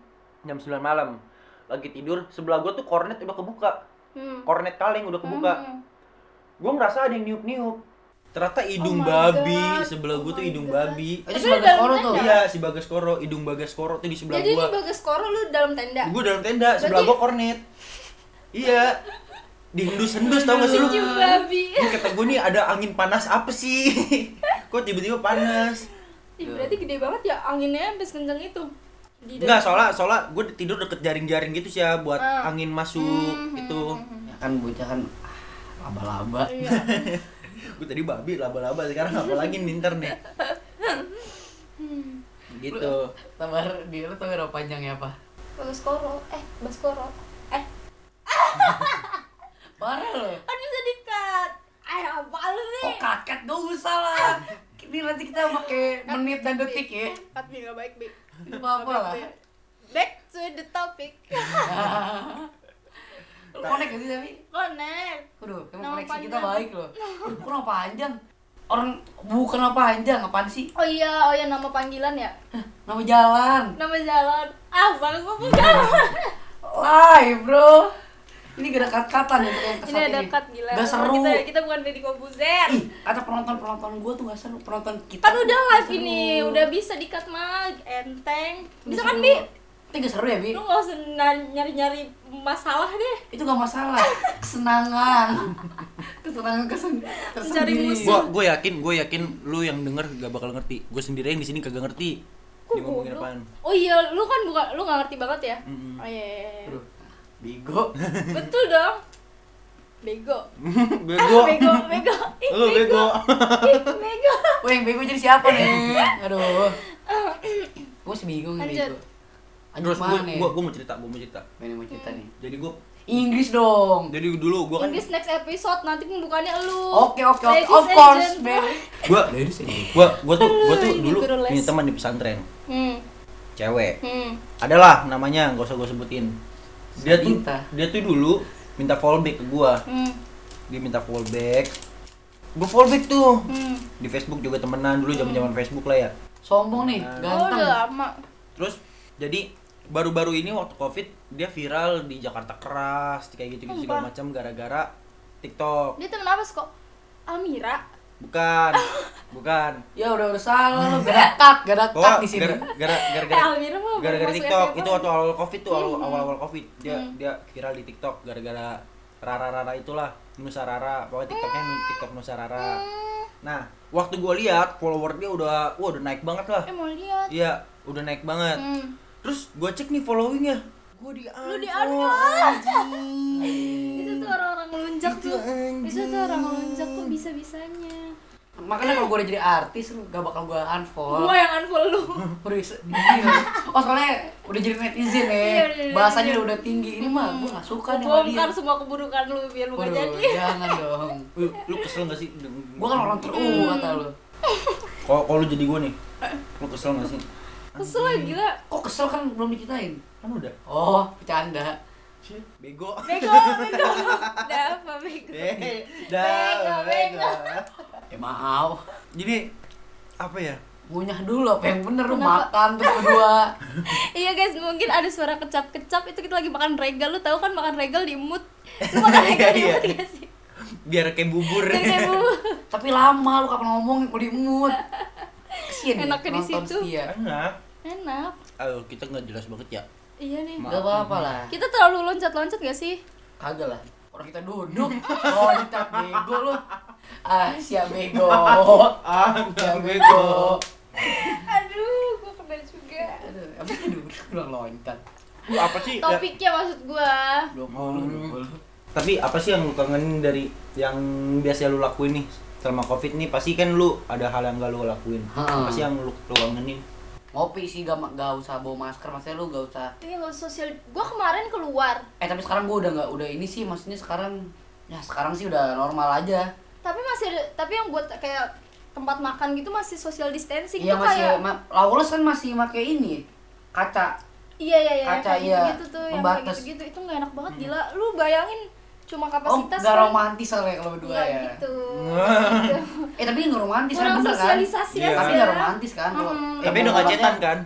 Speaker 1: jam 9 malam. Lagi tidur, sebelah gua tuh kornet udah kebuka.
Speaker 3: Hmm.
Speaker 1: Kornet kaleng udah kebuka.
Speaker 3: Hmm.
Speaker 1: Gua ngerasa ada yang niup-niup. Ternyata hidung
Speaker 3: Oh my
Speaker 1: babi,
Speaker 3: God.
Speaker 1: sebelah gua
Speaker 3: Oh
Speaker 1: tuh
Speaker 3: my
Speaker 1: hidung
Speaker 3: God.
Speaker 1: babi.
Speaker 2: itu
Speaker 3: Tapi
Speaker 2: sebagai
Speaker 3: dalam
Speaker 2: skoro tuh
Speaker 3: tenda.
Speaker 1: Iya, si Bagas Koro, hidung Bagas Koro tuh di sebelah
Speaker 3: jadi
Speaker 1: gua.
Speaker 3: ini bagus skoro lu dalam tenda
Speaker 1: Gua dalam tenda, sebelah
Speaker 3: Berarti-
Speaker 1: gua kornet. Iya. Dihendus-hendus tau gak sih lu?
Speaker 3: Lucu babi
Speaker 1: Ini kata gue nih ada angin panas apa sih? Kok tiba-tiba panas?
Speaker 3: Ih, berarti gede banget ya anginnya sampai kenceng itu Di
Speaker 1: Enggak, soalnya
Speaker 3: dalam-
Speaker 1: soalnya gue tidur deket jaring-jaring gitu sih ya buat
Speaker 3: Ah.
Speaker 1: angin masuk gitu.
Speaker 3: Hmm,
Speaker 1: itu.
Speaker 3: hmm, hmm,
Speaker 2: ya kan bocah kan ah, laba-laba
Speaker 3: hmm. iya
Speaker 1: Gue tadi babi laba-laba sekarang apalagi ninter nih. gitu.
Speaker 2: tabar dia lu tau gak rambut panjangnya apa
Speaker 3: bagus skoro eh bagus skoro eh
Speaker 2: parah loh
Speaker 3: kan bisa dikat eh apa lu
Speaker 2: Oh
Speaker 3: nih
Speaker 2: kakek gak usah lah Ini nanti kita pakai menit dan detik ya
Speaker 3: cut bi nggak baik bi
Speaker 2: Gak apa-apa lah
Speaker 3: back to the topic
Speaker 2: Lu connect gak sih tapi?
Speaker 3: Oh, connect
Speaker 2: Waduh, emang
Speaker 3: Nama
Speaker 2: koneksi kita
Speaker 3: panjang.
Speaker 2: baik loh Kurang panjang Orang bukan nama panjang, apaan sih?
Speaker 3: oh iya oh iya nama panggilan ya
Speaker 2: Nama jalan
Speaker 3: nama jalan ah bagus gua bukan
Speaker 2: Live bro Ini gak ada kat-katan gitu yang
Speaker 3: ini
Speaker 2: kesat
Speaker 3: ada cut gila
Speaker 2: Gak seru
Speaker 3: kita kita bukan Deddy Kobuzer
Speaker 2: Ih, kata penonton-penonton gue tuh gak seru Penonton kita
Speaker 3: kan udah live
Speaker 2: seru.
Speaker 3: ini udah bisa dikat mah enteng
Speaker 2: Gak
Speaker 3: bisa kan
Speaker 2: seru.
Speaker 3: bi
Speaker 2: Tapi gak seru ya Bi?
Speaker 3: lu nggak usah na- nyari-nyari masalah deh
Speaker 2: Itu gak masalah Kesenangan Kesenangan kesen
Speaker 3: Mencari
Speaker 2: tersendiri.
Speaker 3: musuh.
Speaker 1: Gue gue yakin gue yakin lu yang denger gak bakal ngerti. Gue sendirian di sini kagak ngerti. Ini
Speaker 3: Kok
Speaker 1: ngomongin
Speaker 3: goblok?
Speaker 1: apaan?
Speaker 3: oh iya lu kan bukan lu nggak ngerti banget ya
Speaker 1: Mm-mm.
Speaker 3: oh iya, iya, iya.
Speaker 2: Aduh, Bigo.
Speaker 3: betul dong bego
Speaker 1: bego. Eh,
Speaker 3: Ah, bego bego Ih,
Speaker 1: Lu bego.
Speaker 3: Ih, bego
Speaker 2: Wah yang bego jadi siapa nih? Aduh. Gue sih bingung nih
Speaker 3: Lanjut.
Speaker 2: bego. Anjir
Speaker 1: Terus gue
Speaker 3: ya?
Speaker 2: mana?
Speaker 1: gue mau cerita, gue mau cerita.
Speaker 2: Mana mau
Speaker 3: Hmm.
Speaker 2: cerita nih?
Speaker 1: Jadi gue
Speaker 2: Inggris dong.
Speaker 1: jadi dulu gue kan
Speaker 3: Inggris next episode nanti pembukaannya lu
Speaker 2: Oke oke oke.
Speaker 3: Ladies
Speaker 2: Of
Speaker 3: and
Speaker 2: course,
Speaker 3: gentlemen.
Speaker 2: baby.
Speaker 1: gue gue gue tuh gue tuh
Speaker 3: Aduh, ini
Speaker 1: dulu
Speaker 3: guru les.
Speaker 1: punya teman di pesantren
Speaker 3: hmm
Speaker 1: cewek
Speaker 3: hmm
Speaker 1: adalah namanya nggak usah gue sebutin dia tuh
Speaker 2: Sabita.
Speaker 1: dia tuh dulu minta fallback ke gua
Speaker 3: hmm
Speaker 1: dia minta fallback gue fallback tuh
Speaker 3: hmm
Speaker 1: di Facebook juga temenan dulu zaman zaman Facebook lah ya
Speaker 2: Sombong nih,
Speaker 3: oh udah
Speaker 2: ganteng.
Speaker 3: lama
Speaker 1: terus jadi baru-baru ini waktu covid dia viral di Jakarta keras kayak gitu gitu segala
Speaker 3: Sumpah.
Speaker 1: macam gara-gara TikTok
Speaker 3: dia temen apa sih kok Almira
Speaker 1: bukan bukan
Speaker 2: Ya udah udah salah lu. Gak ada cut, gak ada cut
Speaker 1: Pokoknya
Speaker 2: di sini.
Speaker 1: gara- gara-
Speaker 3: eh
Speaker 1: gara-gara
Speaker 3: Almira mah baru
Speaker 1: gara-gara
Speaker 3: masuk
Speaker 1: TikTok
Speaker 3: SMA.
Speaker 1: itu waktu awal covid tuh awal awal, awal covid dia
Speaker 3: Hmm.
Speaker 1: dia viral di TikTok gara-gara Rara Rara itulah Nusa Rara pokoknya TikToknya Nu- TikTok Nusa Rara nah waktu gue lihat follower dia udah wah udah naik banget lah
Speaker 3: eh mau lihat
Speaker 1: iya udah naik banget
Speaker 3: hmm.
Speaker 1: terus gue cek nih followingnya gue di
Speaker 3: Lu di
Speaker 1: unfollow, anjing.
Speaker 3: itu tuh orang-orang ngelunjak
Speaker 1: Itu
Speaker 3: tuh
Speaker 1: anjing.
Speaker 3: itu tuh orang ngelunjak kok bisa bisanya
Speaker 2: Makanya kalau gue udah jadi artis lu gak bakal gue unfollow.
Speaker 3: gua yang unfollow lu
Speaker 2: Waduh, se- gila. Oh soalnya udah jadi netizen ya.
Speaker 3: Iya, udah jadi
Speaker 2: Bahasanya
Speaker 3: netizen.
Speaker 2: udah tinggi. Ini mah gue gak suka nih sama dia.
Speaker 3: bongkar semua keburukan lu biar lu gak
Speaker 2: Waduh,
Speaker 3: jadi
Speaker 2: jangan dong.
Speaker 1: Lu, lu kesel gak sih?
Speaker 2: Gue kan orang teru kata lu.
Speaker 1: Kalau kalau lu jadi gue nih, lu kesel gak sih?
Speaker 3: kesel lah, gila
Speaker 2: Kok kesel kan belum diceritain?
Speaker 1: Kan udah.
Speaker 2: Oh, bercanda.
Speaker 1: Cie, Bego.
Speaker 3: bego bego udah apa bego
Speaker 1: Eh,
Speaker 3: Bego,
Speaker 1: dah,
Speaker 3: bego.
Speaker 2: Ya maaf.
Speaker 1: Jadi apa ya?
Speaker 2: Ngunyah dulu apa yang bener lu
Speaker 3: Kenapa?
Speaker 2: makan tuh kedua.
Speaker 3: iya guys mungkin ada suara kecap-kecap itu kita lagi makan regal lu tahu kan makan regal di mood lu makan regal di mood gak sih
Speaker 1: Biar kayak bubur.
Speaker 3: Dari kayak bu
Speaker 2: Tapi lama lu kapan ngomong gue dimut. Kesian ya,
Speaker 3: Enaknya di
Speaker 2: nonton
Speaker 3: situ.
Speaker 2: setia.
Speaker 1: Enak.
Speaker 3: enak
Speaker 1: Aduh, kita nggak jelas banget ya.
Speaker 3: iya nih
Speaker 1: Ma-
Speaker 2: Gak apa-apa lah.
Speaker 3: kita terlalu loncat-loncat gak sih
Speaker 2: Kagak lah. Orang kita duduk. Oh, kita bego lu. Ah, siap bego.
Speaker 1: Ah,
Speaker 2: Siap bego.
Speaker 3: aduh gua kena juga
Speaker 2: Aduh, apa sih duduk bilang loncat.
Speaker 1: Lu apa sih? ya-
Speaker 3: topiknya maksud gua
Speaker 2: Dua
Speaker 1: Hmm.
Speaker 2: puluh.
Speaker 1: tapi apa sih yang lu kangenin dari yang biasa lu lakuin nih selama covid nih? Pasti kan lu ada hal yang gak lu lakuin.
Speaker 2: Hmm.
Speaker 1: Apa sih yang lu, lu kangenin?
Speaker 2: Ngopi sih gak, gak usah bawa masker, maksudnya lu gak usah
Speaker 3: ini lo Iya, sosial gua kemarin keluar
Speaker 2: Eh tapi sekarang gue udah nggak udah ini sih maksudnya sekarang ya sekarang sih udah normal aja.
Speaker 3: tapi masih ada- tapi yang buat kayak tempat makan gitu masih social distancing
Speaker 2: Iya
Speaker 3: tuh
Speaker 2: masih
Speaker 3: kayak
Speaker 2: ma, Laules kan masih pakai ini kaca.
Speaker 3: Iya iya iya.
Speaker 2: Kaca,
Speaker 3: kayak
Speaker 2: iya.
Speaker 3: Gitu, tuh yang kayak
Speaker 2: Membatas.
Speaker 3: gitu-gitu itu nggak enak banget gila. Lu bayangin cuma
Speaker 2: Oh,
Speaker 3: kapasitas
Speaker 2: gak
Speaker 3: kan?
Speaker 2: romantis soalnya kalau berdua
Speaker 3: Nggak
Speaker 2: ya.
Speaker 3: gitu.
Speaker 2: Eh tapi nggak romantis kan
Speaker 3: Kurang
Speaker 2: bener kan?
Speaker 3: sosialisasi
Speaker 1: Iya.
Speaker 3: aja.
Speaker 2: Tapi nggak romantis kan? kalau-
Speaker 3: Mm.
Speaker 2: eh,
Speaker 1: Tapi
Speaker 2: mau
Speaker 1: udah gak
Speaker 2: ngobatan.
Speaker 1: cetan kan?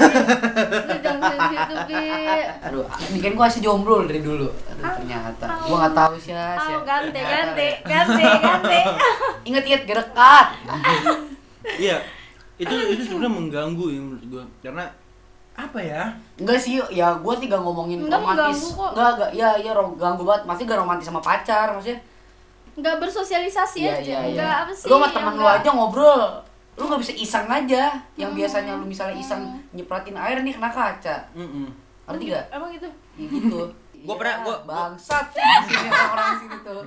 Speaker 3: Lu jangan kayak gitu, Bi.
Speaker 2: Aduh, ini kan gua masih jomblo dari dulu. Aduh,
Speaker 3: Ah,
Speaker 2: ternyata.
Speaker 3: tahu.
Speaker 2: Gua nggak tahu sih. ya.
Speaker 3: Oh, gante,
Speaker 2: Iya,
Speaker 3: gante, gante, gante.
Speaker 2: Ingat-ingat gerekat.
Speaker 1: Iya. Itu itu sebenarnya mengganggu ya menurut gua. Karena apa ya?
Speaker 2: Enggak sih, ya gua sih gak ngomongin
Speaker 3: Enggak,
Speaker 2: romantis.
Speaker 3: mengganggu kok.
Speaker 2: Enggak, enggak, ya ya ro- ganggu banget. Maksudnya gak romantis sama pacar, maksudnya.
Speaker 3: Nggak bersosialisasi
Speaker 2: Iya,
Speaker 3: aja.
Speaker 2: iya, iya.
Speaker 3: Nggak apa sih? gitu.
Speaker 2: Lu sama teman
Speaker 3: yang
Speaker 2: lu
Speaker 3: nggak-
Speaker 2: aja ngobrol. Lu gak bisa iseng aja. Yang
Speaker 3: Hmm.
Speaker 2: biasanya lu misalnya iseng nyepratin air nih kena kaca.
Speaker 1: Mm-mm.
Speaker 2: Ngerti gak?
Speaker 3: Emang gitu.
Speaker 2: Ya gitu.
Speaker 1: Gua pernah-
Speaker 2: Ya,
Speaker 1: gua- gua-
Speaker 2: bangsat sini orang sini tuh.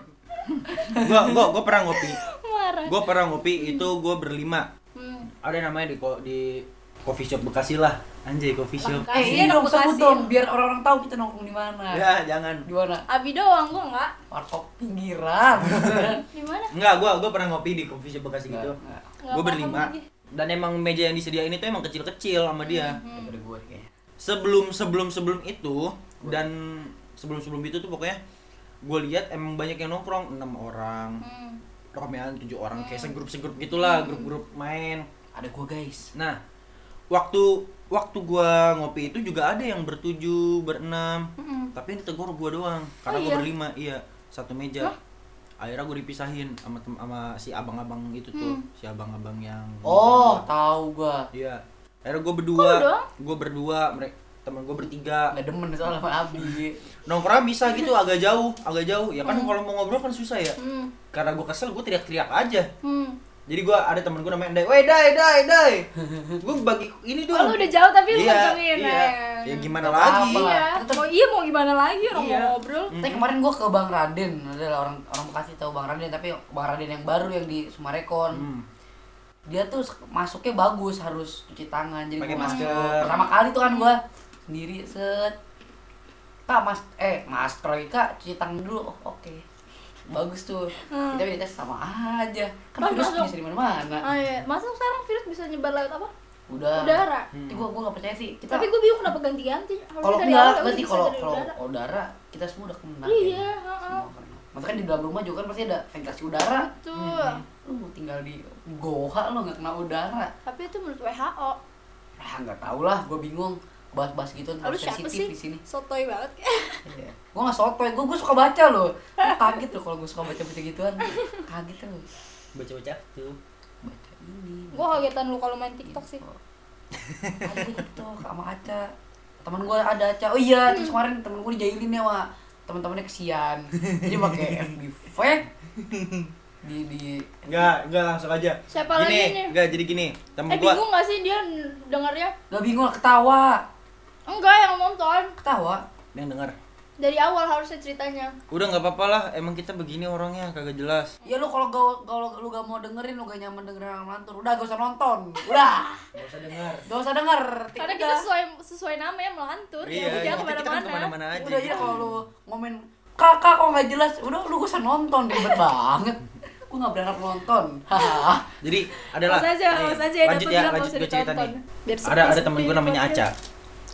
Speaker 1: Gua gua gua pernah ngopi.
Speaker 3: Marah.
Speaker 1: Gua pernah ngopi itu gua berlima.
Speaker 3: Hmm.
Speaker 1: Ada namanya di ko- di coffee shop Bekasi lah. Anjay, coffee shop.
Speaker 2: Eh, ini
Speaker 3: Kasihan
Speaker 2: dong
Speaker 3: aku
Speaker 2: sebut
Speaker 3: kasih.
Speaker 2: dong biar orang-orang tahu kita nongkrong di mana.
Speaker 1: Ya, jangan.
Speaker 2: Di mana?
Speaker 3: Abi doang gua nggak.
Speaker 2: Warkop pinggiran.
Speaker 1: Gitu.
Speaker 3: Di mana?
Speaker 1: Enggak, gua gua pernah ngopi di coffee shop Bekasi gitu.
Speaker 2: Enggak.
Speaker 3: Nggak
Speaker 1: Gua
Speaker 3: paham
Speaker 1: berlima.
Speaker 3: lagi.
Speaker 1: Dan emang meja yang disediain itu emang kecil-kecil sama dia.
Speaker 3: Mm-hmm.
Speaker 2: Daripada gua kayaknya.
Speaker 1: sebelum sebelum sebelum itu dan sebelum sebelum itu tuh pokoknya gue lihat emang banyak yang nongkrong enam orang
Speaker 3: Hmm.
Speaker 1: ramean tujuh orang kayak
Speaker 3: Mm.
Speaker 1: segrup segrup gitulah grup grup main
Speaker 2: Ada gua guys.
Speaker 1: nah waktu waktu gue ngopi itu juga ada yang bertujuh berenam
Speaker 3: Mm-mm.
Speaker 1: tapi yang ditegur gue doang karena
Speaker 3: Oh,
Speaker 1: gue
Speaker 3: iya?
Speaker 1: berlima iya satu meja akhirnya gue dipisahin sama tem- sama si abang-abang itu tuh
Speaker 3: Hmm.
Speaker 1: si abang-abang yang
Speaker 2: Oh, tahu gua.
Speaker 1: iya akhirnya gue
Speaker 3: Kok lu doang?
Speaker 1: berdua gue berdua mereka teman gue bertiga
Speaker 2: nggak demen soalnya sama Abi
Speaker 1: nongkrong bisa gitu agak jauh agak jauh ya kan kalau mau ngobrol kan susah ya
Speaker 3: Hmm.
Speaker 1: karena gue kesel gue teriak-teriak aja
Speaker 3: Hmm.
Speaker 1: jadi gue ada temen gue namanya Dai, weh Dai, Dai, Dai Gue bagi ini dong
Speaker 3: Oh, lu udah jauh tapi lu
Speaker 1: Iya,
Speaker 3: kencengin.
Speaker 1: iya.
Speaker 3: eh.
Speaker 1: Ya gimana
Speaker 2: Gak apa-apa
Speaker 1: lagi
Speaker 2: lah.
Speaker 3: Iya.
Speaker 2: Tetep-
Speaker 3: Mau iya mau gimana lagi orang
Speaker 1: Iya.
Speaker 3: mau ngobrol.
Speaker 2: tapi kemarin gue ke Bang Raden adalah orang orang bekasi tahu Bang Raden tapi Bang Raden yang baru yang di Sumarekon
Speaker 1: Hmm.
Speaker 2: dia tuh masuknya bagus harus cuci tangan jadi
Speaker 1: Pakai
Speaker 2: gua masuk.
Speaker 1: masker.
Speaker 2: pertama kali tuh kan gue sendiri set kak mas eh masker lagi kak cuci tangan dulu oh, oke bagus tuh kita dites sama aja kan
Speaker 3: Mas,
Speaker 2: virus
Speaker 3: masuk.
Speaker 2: bisa dari mana-mana
Speaker 3: Ah, iya. Masa sekarang virus bisa nyebar lewat apa?
Speaker 1: Iya.
Speaker 2: udah
Speaker 3: Udara.
Speaker 2: tapi gue gue nggak percaya sih kita
Speaker 3: Tapi gue bingung kenapa ganti-ganti. Harusnya
Speaker 2: kalau
Speaker 3: dari
Speaker 2: enggak
Speaker 3: awal
Speaker 2: berarti
Speaker 3: bisa
Speaker 2: kalau
Speaker 3: dari
Speaker 2: kalau
Speaker 3: udara.
Speaker 2: udara kita semua udah kena
Speaker 3: Iya,
Speaker 2: kayaknya.
Speaker 3: heeh.
Speaker 1: Hmm.
Speaker 2: semua kena maksudnya kan di dalam rumah juga kan pasti ada ventilasi udara
Speaker 3: Betul.
Speaker 1: Hmm.
Speaker 2: lu mau tinggal di goa lu nggak kena udara
Speaker 3: Tapi itu menurut WHO.
Speaker 2: ah nggak tau lah gue bingung bahas-bahas gitu
Speaker 3: Lu
Speaker 2: terus
Speaker 3: siapa
Speaker 2: sensitif
Speaker 3: sih?
Speaker 2: di sini
Speaker 3: Sotoy banget.
Speaker 2: Iya. gue nggak sotoy gue gue suka baca loh Lu kaget loh kalau gue suka baca baca gituan kaget loh
Speaker 1: Baca-baca tuh
Speaker 2: baca ini
Speaker 3: gue kagetan lu kalau main TikTok sih.
Speaker 2: ada TikTok sama Aca teman gue ada Aca oh iya terus
Speaker 3: Hmm.
Speaker 2: kemarin temen gue dijailin ya wa teman-temannya kesian jadi pakai FB fake eh? di di
Speaker 1: Enggak, enggak langsung aja gini,
Speaker 3: Siapa lagi nih?
Speaker 1: Enggak, jadi gini Temen
Speaker 3: Eh
Speaker 1: gue
Speaker 3: bingung gak sih dia n- dengarnya?
Speaker 2: nggak bingung lah, ketawa
Speaker 3: Enggak yang nonton
Speaker 2: ketawa
Speaker 1: Yang denger
Speaker 3: dari awal harusnya ceritanya.
Speaker 1: Udah nggak apa-apa lah, emang kita begini orangnya kagak jelas
Speaker 2: ya lu kalau gak kalau lu gak mau dengerin lu gak nyaman dengerin orang melantur udah gak usah nonton udah
Speaker 1: Gak usah denger
Speaker 2: gak usah denger
Speaker 3: Karena
Speaker 2: Udah.
Speaker 3: kita sesuai sesuai nama ya melantur.
Speaker 1: Iya,
Speaker 3: ya udah
Speaker 1: kita- kita kan
Speaker 3: kemana-mana.
Speaker 1: kemana-mana aja
Speaker 2: udah aja kalau lu ngomen kakak kok nggak jelas udah lu gak usah nonton ribet banget gue nggak berharap nonton hahaha
Speaker 1: Jadi adalah
Speaker 3: Mas aja,
Speaker 1: nih,
Speaker 3: mas aja yang
Speaker 1: lanjut
Speaker 3: dapat
Speaker 1: ya,
Speaker 3: bilang
Speaker 1: lanjut
Speaker 3: nggak
Speaker 1: gue
Speaker 3: usah
Speaker 1: cerita nih
Speaker 3: ditonton. Biar
Speaker 1: Ada ada
Speaker 3: sepi-sepi
Speaker 1: temen gue namanya
Speaker 3: aja.
Speaker 1: Aca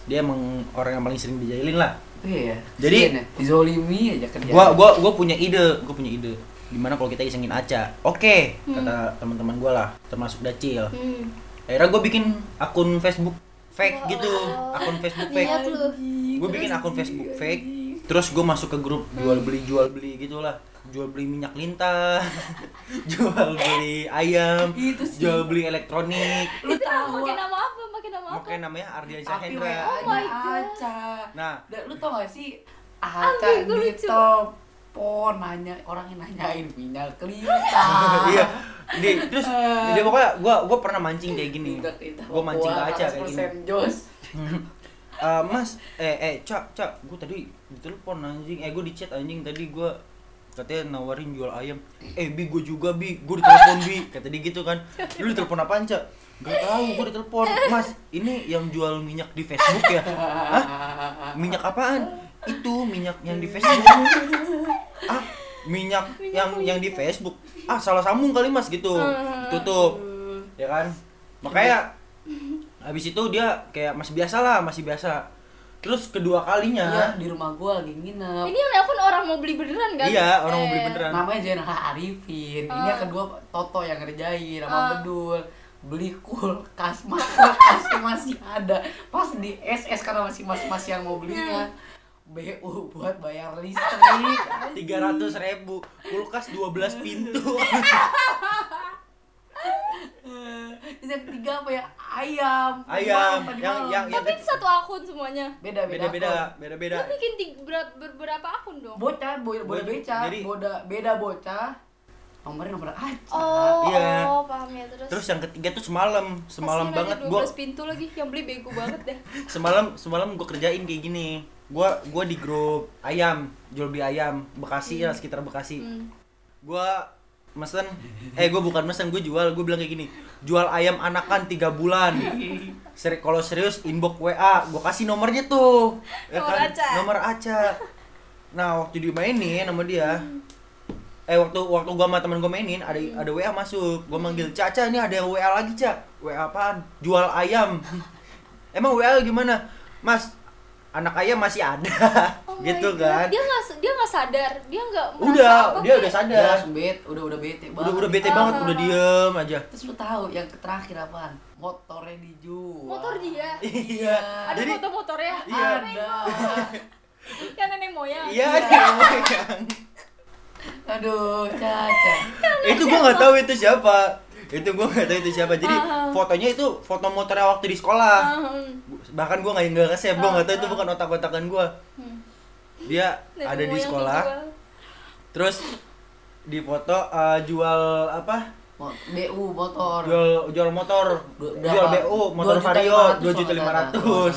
Speaker 1: Dia emang orang yang paling sering dijailin lah
Speaker 2: Iya.
Speaker 1: Jadi-
Speaker 2: Kesian ya, dizolimi aja kerja.
Speaker 1: gua gua gua punya ide gua punya ide gimana kalau kita isengin Aca oke kata teman-teman gua lah termasuk Dacil
Speaker 3: Hmm.
Speaker 1: akhirnya gua bikin akun Facebook fake
Speaker 3: Wow.
Speaker 1: gitu akun Facebook
Speaker 3: Niat
Speaker 1: fake
Speaker 3: lu.
Speaker 1: gua bikin akun Facebook fake terus gua masuk ke grup
Speaker 3: Hmm.
Speaker 1: jual beli jual beli gitulah jual beli minyak lintah jual beli ayam
Speaker 2: Itu sih.
Speaker 1: jual beli elektronik
Speaker 2: Lu
Speaker 3: Kenapa
Speaker 2: tahu
Speaker 3: pakai nama apa? Pakai nama apa?
Speaker 1: makanya namanya Ardian
Speaker 2: tapi WA
Speaker 1: Syahhendra
Speaker 3: Oh my God.
Speaker 2: Aca.
Speaker 1: nah
Speaker 2: Dan lu tau gak sih Aca
Speaker 3: Ambil gua lucu.
Speaker 2: ditelepon nanya orang yang nanyain minyak kelita.
Speaker 1: iya Di- terus dia pokoknya gua gua pernah mancing kayak gini
Speaker 2: Minyak kelita
Speaker 1: gua mancing ke
Speaker 2: Papua,
Speaker 1: Aca kayak gini
Speaker 2: 100% jos.
Speaker 1: Eh, mas, eh, eh, cak, cak, gue tadi ditelepon anjing, eh gue di chat anjing tadi gue katanya nawarin jual ayam, eh bi gue juga bi, gue ditelepon bi, kata dia gitu kan, lu ditelepon apaan cak? Gak tau, gue ditelepon, mas, ini yang jual minyak di Facebook ya? Hah? Minyak apaan? Itu minyak yang di Facebook. ah, minyak, yang yang di Facebook. Ah, salah sambung kali mas gitu, tutup, ya kan? Makanya habis itu dia kayak masih biasa lah masih biasa terus kedua
Speaker 2: Iya,
Speaker 1: kalinya
Speaker 2: di rumah gua lagi nginep.
Speaker 3: Ini yang nelpon orang mau beli beneran kan?
Speaker 1: Iya, orang mau beli
Speaker 3: Eh,
Speaker 1: beneran.
Speaker 2: Namanya Zainal Arifin. Ini yang kedua Toto yang ngerjain sama
Speaker 3: Ah.
Speaker 2: Bedul. Beli kulkas, mas kulkasnya masih ada. Pas di SS karena masih mas mas yang mau
Speaker 3: Hmm.
Speaker 2: belinya. BU buat bayar listrik.
Speaker 1: tiga ratus ribu kulkas 12 pintu
Speaker 3: Iya,
Speaker 2: Eh, Ini yang ketiga apa ya? Ayam.
Speaker 1: ayam
Speaker 2: Tadi
Speaker 1: yang
Speaker 2: malam.
Speaker 1: yang yang
Speaker 3: Tapi itu satu akun semuanya.
Speaker 2: beda beda
Speaker 1: beda beda beda beda
Speaker 3: Lu bikin tiga, ber- beberapa akun dong?
Speaker 2: Bocah, boy, boda
Speaker 1: Boda-
Speaker 2: beca,
Speaker 1: jadi-
Speaker 2: boda beda bocah. Nomornya nomor aja.
Speaker 3: Oh,
Speaker 1: Iya.
Speaker 3: oh, paham ya terus.
Speaker 1: terus yang ketiga tuh semalam semalam
Speaker 3: Kasihan
Speaker 1: banget
Speaker 3: ada
Speaker 1: gua
Speaker 3: 12 pintu lagi yang beli bego banget deh.
Speaker 1: semalam semalam gue kerjain kayak gini gua gua di grup ayam jual beli ayam bekasi ya sekitar bekasi
Speaker 3: Hmm.
Speaker 1: gua mesen eh gue bukan mesen gue jual gue bilang kayak gini jual ayam anakan tiga bulan Seri, kalau serius inbox wa gue kasih nomornya tuh Ya kan?
Speaker 3: Nomor Aca.
Speaker 1: nomor aca nah waktu dimainin sama dia
Speaker 3: Hmm.
Speaker 1: eh waktu waktu gua sama temen gue mainin ada ada wa masuk
Speaker 3: Hmm.
Speaker 1: gue manggil caca ini ada yang wa lagi cak wa apaan jual ayam emang wa gimana mas anak ayam masih ada
Speaker 3: Oh my
Speaker 1: gitu
Speaker 3: God.
Speaker 1: kan
Speaker 3: Dia nggak dia nggak sadar, dia nggak merasa
Speaker 1: udah
Speaker 3: apa
Speaker 1: dia udah
Speaker 2: Udah
Speaker 1: sadar
Speaker 2: langsung bet, udah udah bete banget.
Speaker 1: udah udah bete
Speaker 3: Oh.
Speaker 1: banget udah diem aja
Speaker 2: Terus lu tahu yang terakhir apaan? Motornya dijual.
Speaker 3: Motor dia. Ah,
Speaker 1: iya
Speaker 3: Ada
Speaker 1: jadi
Speaker 3: foto-motornya.
Speaker 1: Iya.
Speaker 2: Ada.
Speaker 3: Yang nenek moyang.
Speaker 1: iya dia megang.
Speaker 2: Aduh, caca.
Speaker 1: itu gua nggak tahu itu siapa itu gua nggak tahu itu siapa jadi
Speaker 3: Ah.
Speaker 1: fotonya itu foto motornya waktu di sekolah
Speaker 3: Hmm.
Speaker 1: bahkan gua nggak nggak kesep gua nggak tahu itu
Speaker 3: Ah.
Speaker 1: bukan otak-otakan gua
Speaker 3: Hmm.
Speaker 1: dia
Speaker 3: Nenek
Speaker 1: ada di
Speaker 3: moyang gitu.
Speaker 1: sekolah
Speaker 3: dijual.
Speaker 1: terus di foto eh, jual apa
Speaker 2: Mo- BU motor.
Speaker 1: jual jual motor
Speaker 2: Du-
Speaker 1: jual
Speaker 2: berapa?
Speaker 1: BU motor
Speaker 2: 2.500
Speaker 1: vario
Speaker 2: kalau
Speaker 1: dua juta lima
Speaker 2: nggak salah.
Speaker 1: ratus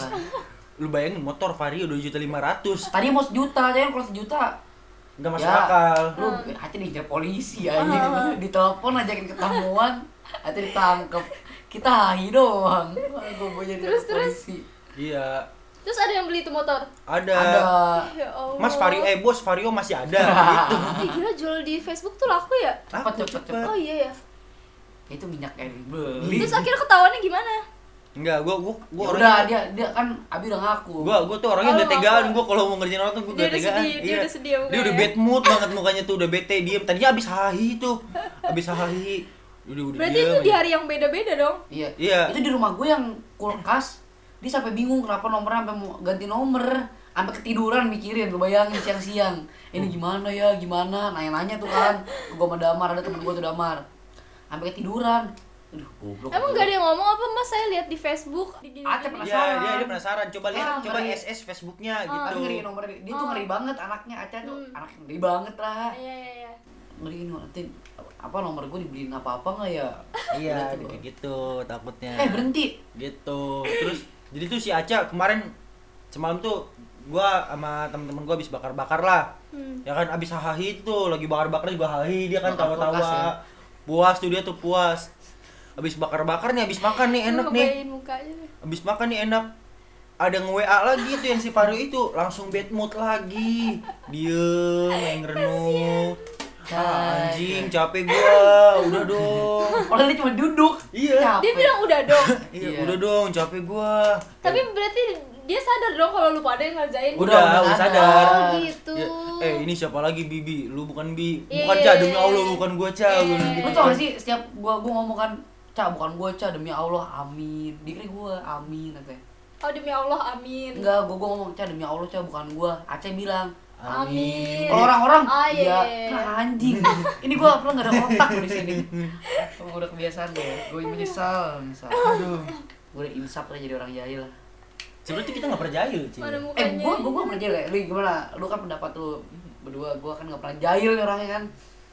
Speaker 1: lu bayangin motor vario dua juta lima ratus
Speaker 2: Tadi mau sejuta, aja kalau sejuta
Speaker 1: nggak masuk
Speaker 2: Ya.
Speaker 1: akal
Speaker 2: lu
Speaker 3: Ah.
Speaker 2: hati dikejar polisi aja ditelepon ajakin ketemuan hati ditangkep kita hai doang gue mau jadi
Speaker 3: Terus, terus?
Speaker 2: polisi
Speaker 1: iya
Speaker 3: Terus ada yang beli itu motor.
Speaker 2: ada
Speaker 3: Ya Allah.
Speaker 1: Mas Vario, eh bos Vario masih ada gitu.
Speaker 3: Eh, gila jual di Facebook tuh laku ya?
Speaker 2: Cepet,
Speaker 1: Aku
Speaker 2: cepet,
Speaker 1: cepet.
Speaker 2: cepet.
Speaker 3: Oh iya ya.
Speaker 2: itu minyak air
Speaker 1: Beli.
Speaker 2: beli
Speaker 3: Terus akhirnya ketahuannya gimana?
Speaker 1: Enggak, gua gua gua
Speaker 2: ya
Speaker 1: orangnya
Speaker 2: udah dia dia kan abi udah ngaku
Speaker 1: gua gua tuh orangnya
Speaker 3: Oh,
Speaker 1: udah tegaan
Speaker 3: ngapain?
Speaker 1: gua kalau mau ngerjain orang tuh gua udah
Speaker 3: Dia udah
Speaker 1: tegaan. Iya.
Speaker 3: sedih, dia udah sedih mukanya.
Speaker 1: Dia udah bad mood banget mukanya tuh udah bete diem. Tadinya abis hahi tuh. Abis hahi. Udah udah
Speaker 3: Berarti
Speaker 1: diem
Speaker 3: itu di
Speaker 1: aja.
Speaker 3: hari yang beda-beda dong.
Speaker 2: iya
Speaker 1: Iya.
Speaker 2: itu di rumah gue yang kulkas dia sampai bingung kenapa nomornya sampai mau ganti nomor sampai ketiduran mikirin lu bayangin siang-siang ini gimana ya gimana nanya-nanya tuh kan gue sama damar ada temen gue tuh damar sampai ketiduran Aduh, goblok.
Speaker 3: Emang gak ada yang ngomong apa mas saya lihat di Facebook di gini.
Speaker 2: Acep
Speaker 1: Iya,
Speaker 2: penasaran.
Speaker 1: dia dia penasaran. Coba lihat,
Speaker 2: Ah,
Speaker 1: coba
Speaker 2: ngeri.
Speaker 1: SS Facebooknya
Speaker 2: Tapi ngeri
Speaker 1: gitu.
Speaker 2: nomor dia Dia tuh ngeri banget anaknya Aca tuh
Speaker 3: Oh. Hmm.
Speaker 2: anak ngeri banget lah
Speaker 3: Iya iya iya.
Speaker 2: ngeri ini nanti apa nomor gue dibeliin apa apa nggak ya
Speaker 1: Iya,
Speaker 2: Udah tuh.
Speaker 1: dia kayak gitu takutnya.
Speaker 2: eh berhenti
Speaker 1: gitu terus jadi tuh si Aca kemarin semalam tuh gua sama temen-temen gua habis bakar-bakar lah
Speaker 3: Hmm.
Speaker 1: ya kan abis hahi tuh lagi bakar-bakar juga hahi dia kan
Speaker 2: Bakar kulkas ya.
Speaker 1: tawa-tawa puas tuh dia tuh puas abis bakar-bakar nih abis makan nih enak
Speaker 3: Lu
Speaker 1: nih
Speaker 3: ngebayain mukanya. deh.
Speaker 1: abis makan nih enak ada nge WA lagi tuh yang si Paru itu langsung bad mood lagi diem main renung Ah, anjing capek gua udah dong
Speaker 2: orang dia cuma duduk
Speaker 1: Iya.
Speaker 2: capek.
Speaker 3: Dia bilang udah dong.
Speaker 1: iya
Speaker 2: Iya.
Speaker 1: udah dong capek gua
Speaker 3: Tapi berarti dia sadar dong kalau lu pada yang ngerjain.
Speaker 1: Udah, udah, sadar.
Speaker 3: Oh gitu.
Speaker 1: Ya, eh ini siapa lagi Bibi? Lu bukan Bi.
Speaker 3: Iya,
Speaker 1: Bukan
Speaker 3: iya,
Speaker 1: Ca,
Speaker 3: iya,
Speaker 1: demi
Speaker 3: iya.
Speaker 1: Allah bukan gua Ca. Gua
Speaker 3: Iya,
Speaker 1: bilang gitu.
Speaker 2: lu tau gak sih setiap gua gua ngomong kan Ca bukan gua Ca demi Allah amin dikira gua amin katanya
Speaker 3: Oh demi Allah amin.
Speaker 2: enggak gua gua ngomong Ca demi Allah Ca bukan gua Aca bilang
Speaker 3: Amin.
Speaker 2: kalau orang-orang
Speaker 3: Ah,
Speaker 2: ya
Speaker 3: iya, iya, iya.
Speaker 2: nah, anjing ini gua pernah nggak ada otak gua di sini Emang udah kebiasaan gue gue menyesal menyesal
Speaker 1: Aduh.
Speaker 2: gue udah insaf lah jadi orang jahil lah
Speaker 1: Sebenarnya kita nggak percaya jahil, Ci.
Speaker 3: Mana mukanya?
Speaker 2: eh gue gue gue pernah jahil ya lu gimana lu kan pendapat lu berdua gue kan nggak pernah jahil nih orangnya kan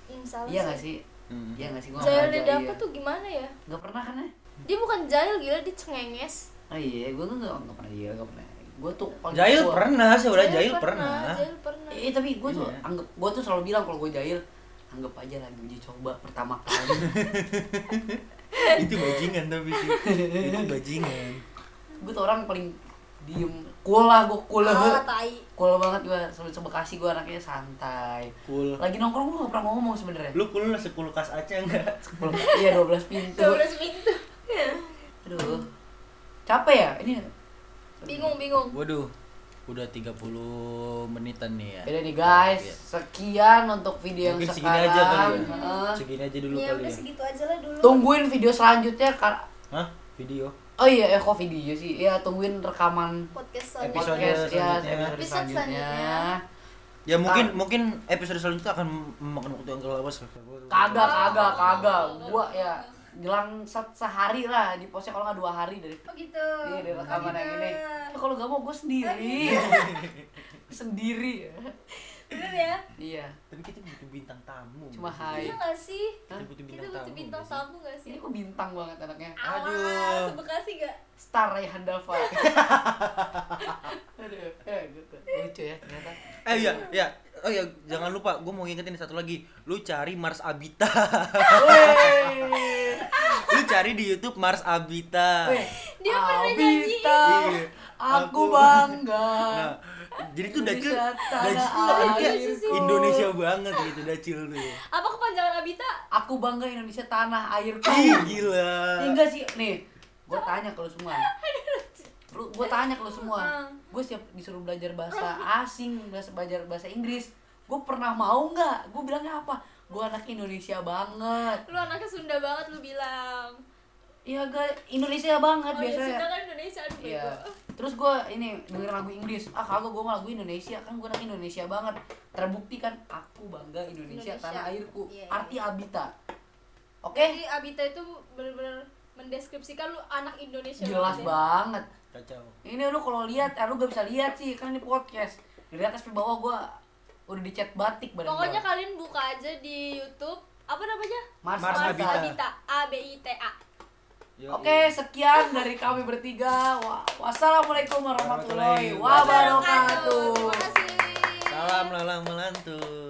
Speaker 3: Hmm, salah
Speaker 2: iya nggak
Speaker 3: sih.
Speaker 2: sih
Speaker 1: Hmm.
Speaker 2: iya nggak sih gue nggak
Speaker 3: Jahil
Speaker 2: pernah
Speaker 3: dia
Speaker 2: jahil
Speaker 3: dapet tuh gimana ya?
Speaker 2: nggak pernah kan ya
Speaker 3: Dia bukan jahil gila, dia cengenges.
Speaker 2: oh iya gue nggak nggak pernah jahil nggak pernah gue tuh paling
Speaker 1: Jahil
Speaker 2: tua.
Speaker 1: pernah, saya udah jahil pernah.
Speaker 3: Jahil pernah.
Speaker 2: eh tapi gue tuh
Speaker 1: Iya.
Speaker 2: anggap gue tuh selalu bilang kalau gue jahil anggap aja lagi uji coba pertama kali
Speaker 1: Itu bajingan tapi sih. Itu bajingan.
Speaker 2: gue tuh orang paling diem cool lah gue cool
Speaker 3: Ah,
Speaker 2: lah
Speaker 3: tai.
Speaker 2: cool banget gue sebelum sebekasi gue anaknya santai
Speaker 1: Cool.
Speaker 2: lagi nongkrong gue gak pernah ngomong sebenarnya
Speaker 1: Lu cool lu sekulkas aja enggak?
Speaker 2: Sepuluh- iya 12 pintu
Speaker 3: 12 pintu.
Speaker 2: Aduh. Capek ya ini.
Speaker 3: Bingung, bingung.
Speaker 1: Waduh. Udah 30 menitan nih ya.
Speaker 2: Beda nih guys,
Speaker 1: Iya.
Speaker 2: sekian untuk video
Speaker 1: Mungkin
Speaker 2: yang
Speaker 1: segini
Speaker 2: sekarang.
Speaker 1: aja kali ya.
Speaker 2: Heeh.
Speaker 1: Segini aja dulu
Speaker 3: ya
Speaker 1: kali
Speaker 3: udah
Speaker 1: ya.
Speaker 3: segitu aja lah dulu
Speaker 2: Tungguin video selanjutnya kar-
Speaker 1: Hah? Video.
Speaker 2: Oh iya, eh kok video sih? Ya tungguin rekaman
Speaker 3: podcast selanjutnya
Speaker 1: Episode
Speaker 2: podcast ya,
Speaker 1: selanjutnya.
Speaker 2: episode
Speaker 3: Episode
Speaker 2: selanjutnya.
Speaker 1: Ya mungkin
Speaker 2: Ntar.
Speaker 1: mungkin episode selanjutnya akan memakan waktu yang terlawas.
Speaker 2: Kagak, kagak, kagak. Gua ya jelang se- sehari lah di posnya kalau nggak dua hari dari
Speaker 3: oh gitu
Speaker 2: Iya, dari rekaman
Speaker 3: Oh,
Speaker 2: yang ini.
Speaker 3: gitu.
Speaker 2: Ya, kalau nggak mau gue sendiri. sendiri.
Speaker 3: bener ya
Speaker 2: iya,
Speaker 1: Tapi kita butuh bintang tamu.
Speaker 2: Cuma hai.
Speaker 3: iya nggak sih
Speaker 2: Hah?
Speaker 1: Kita butuh
Speaker 3: kita
Speaker 1: bintang
Speaker 3: butuh
Speaker 1: tamu.
Speaker 3: bintang
Speaker 1: nggak sih?
Speaker 3: tamu nggak
Speaker 2: Ini
Speaker 3: sih
Speaker 2: kok bintang banget anaknya.
Speaker 1: Aduh.
Speaker 3: awas sebekasi gak
Speaker 2: Star Raihan Dava. Aduh, eh gitu. Lucu ya ternyata.
Speaker 1: Eh iya, iya. Oh ya, jangan lupa gue mau ngingetin satu lagi. Lu cari Mars Abita.
Speaker 2: Weh.
Speaker 1: Lu cari di YouTube Mars Abita.
Speaker 2: Weh,
Speaker 3: Dia pernah
Speaker 2: Alvita,
Speaker 1: Iya.
Speaker 2: Aku
Speaker 1: Aku
Speaker 2: bangga.
Speaker 1: Nah, jadi tuh Dacil,
Speaker 2: Indonesia tanah
Speaker 1: Dacil tuh kan kayak
Speaker 2: airku.
Speaker 1: Indonesia banget gitu Dacil tuh.
Speaker 3: apa kepanjangan Abita
Speaker 2: Aku bangga Indonesia tanah airku.
Speaker 1: Ih, Iya, gila.
Speaker 2: Ya, enggak sih, nih. Gue tanya ke lu semua. Lu, gue tanya ke lu semua. Gue siap disuruh belajar bahasa asing, bahasa belajar bahasa Inggris. Gue pernah mau nggak? Gue bilangnya apa? Gue anak Indonesia banget.
Speaker 3: lu anaknya Sunda banget lu bilang
Speaker 2: Iya, gue Indonesia banget
Speaker 3: oh ya
Speaker 2: biasanya.
Speaker 3: Sunda kan Indonesia aduh
Speaker 2: Iya.
Speaker 3: bego.
Speaker 2: Terus gue ini denger lagu Inggris. Ah kagak gue mah lagu Indonesia kan gue anak Indonesia banget. Terbukti kan aku bangga Indonesia,
Speaker 3: Indonesia.
Speaker 2: tanah airku.
Speaker 3: Iya, iya,
Speaker 2: Arti Abita. Oke?
Speaker 3: Jadi Abita itu bener-bener mendeskripsikan lu anak Indonesia
Speaker 2: Jelas
Speaker 3: banget ya.
Speaker 2: banget.
Speaker 1: Kacau.
Speaker 2: Ini lu kalau lihat, eh, lu gak bisa lihat sih kan ini podcast. Dilihat tapi bawah gue udah dicat batik badan
Speaker 3: Pokoknya
Speaker 2: gua.
Speaker 3: kan- kalian buka aja di YouTube apa namanya?
Speaker 2: Mars
Speaker 1: Mars
Speaker 2: Abita.
Speaker 1: Abita.
Speaker 3: A B I T A.
Speaker 1: Yoi.
Speaker 2: Oke, sekian dari kami bertiga. Wa- wassalamualaikum warahmatullahi
Speaker 1: Warahmatullahi
Speaker 2: wabarakatuh.
Speaker 3: Terima kasih.
Speaker 1: Salam lalang melantun.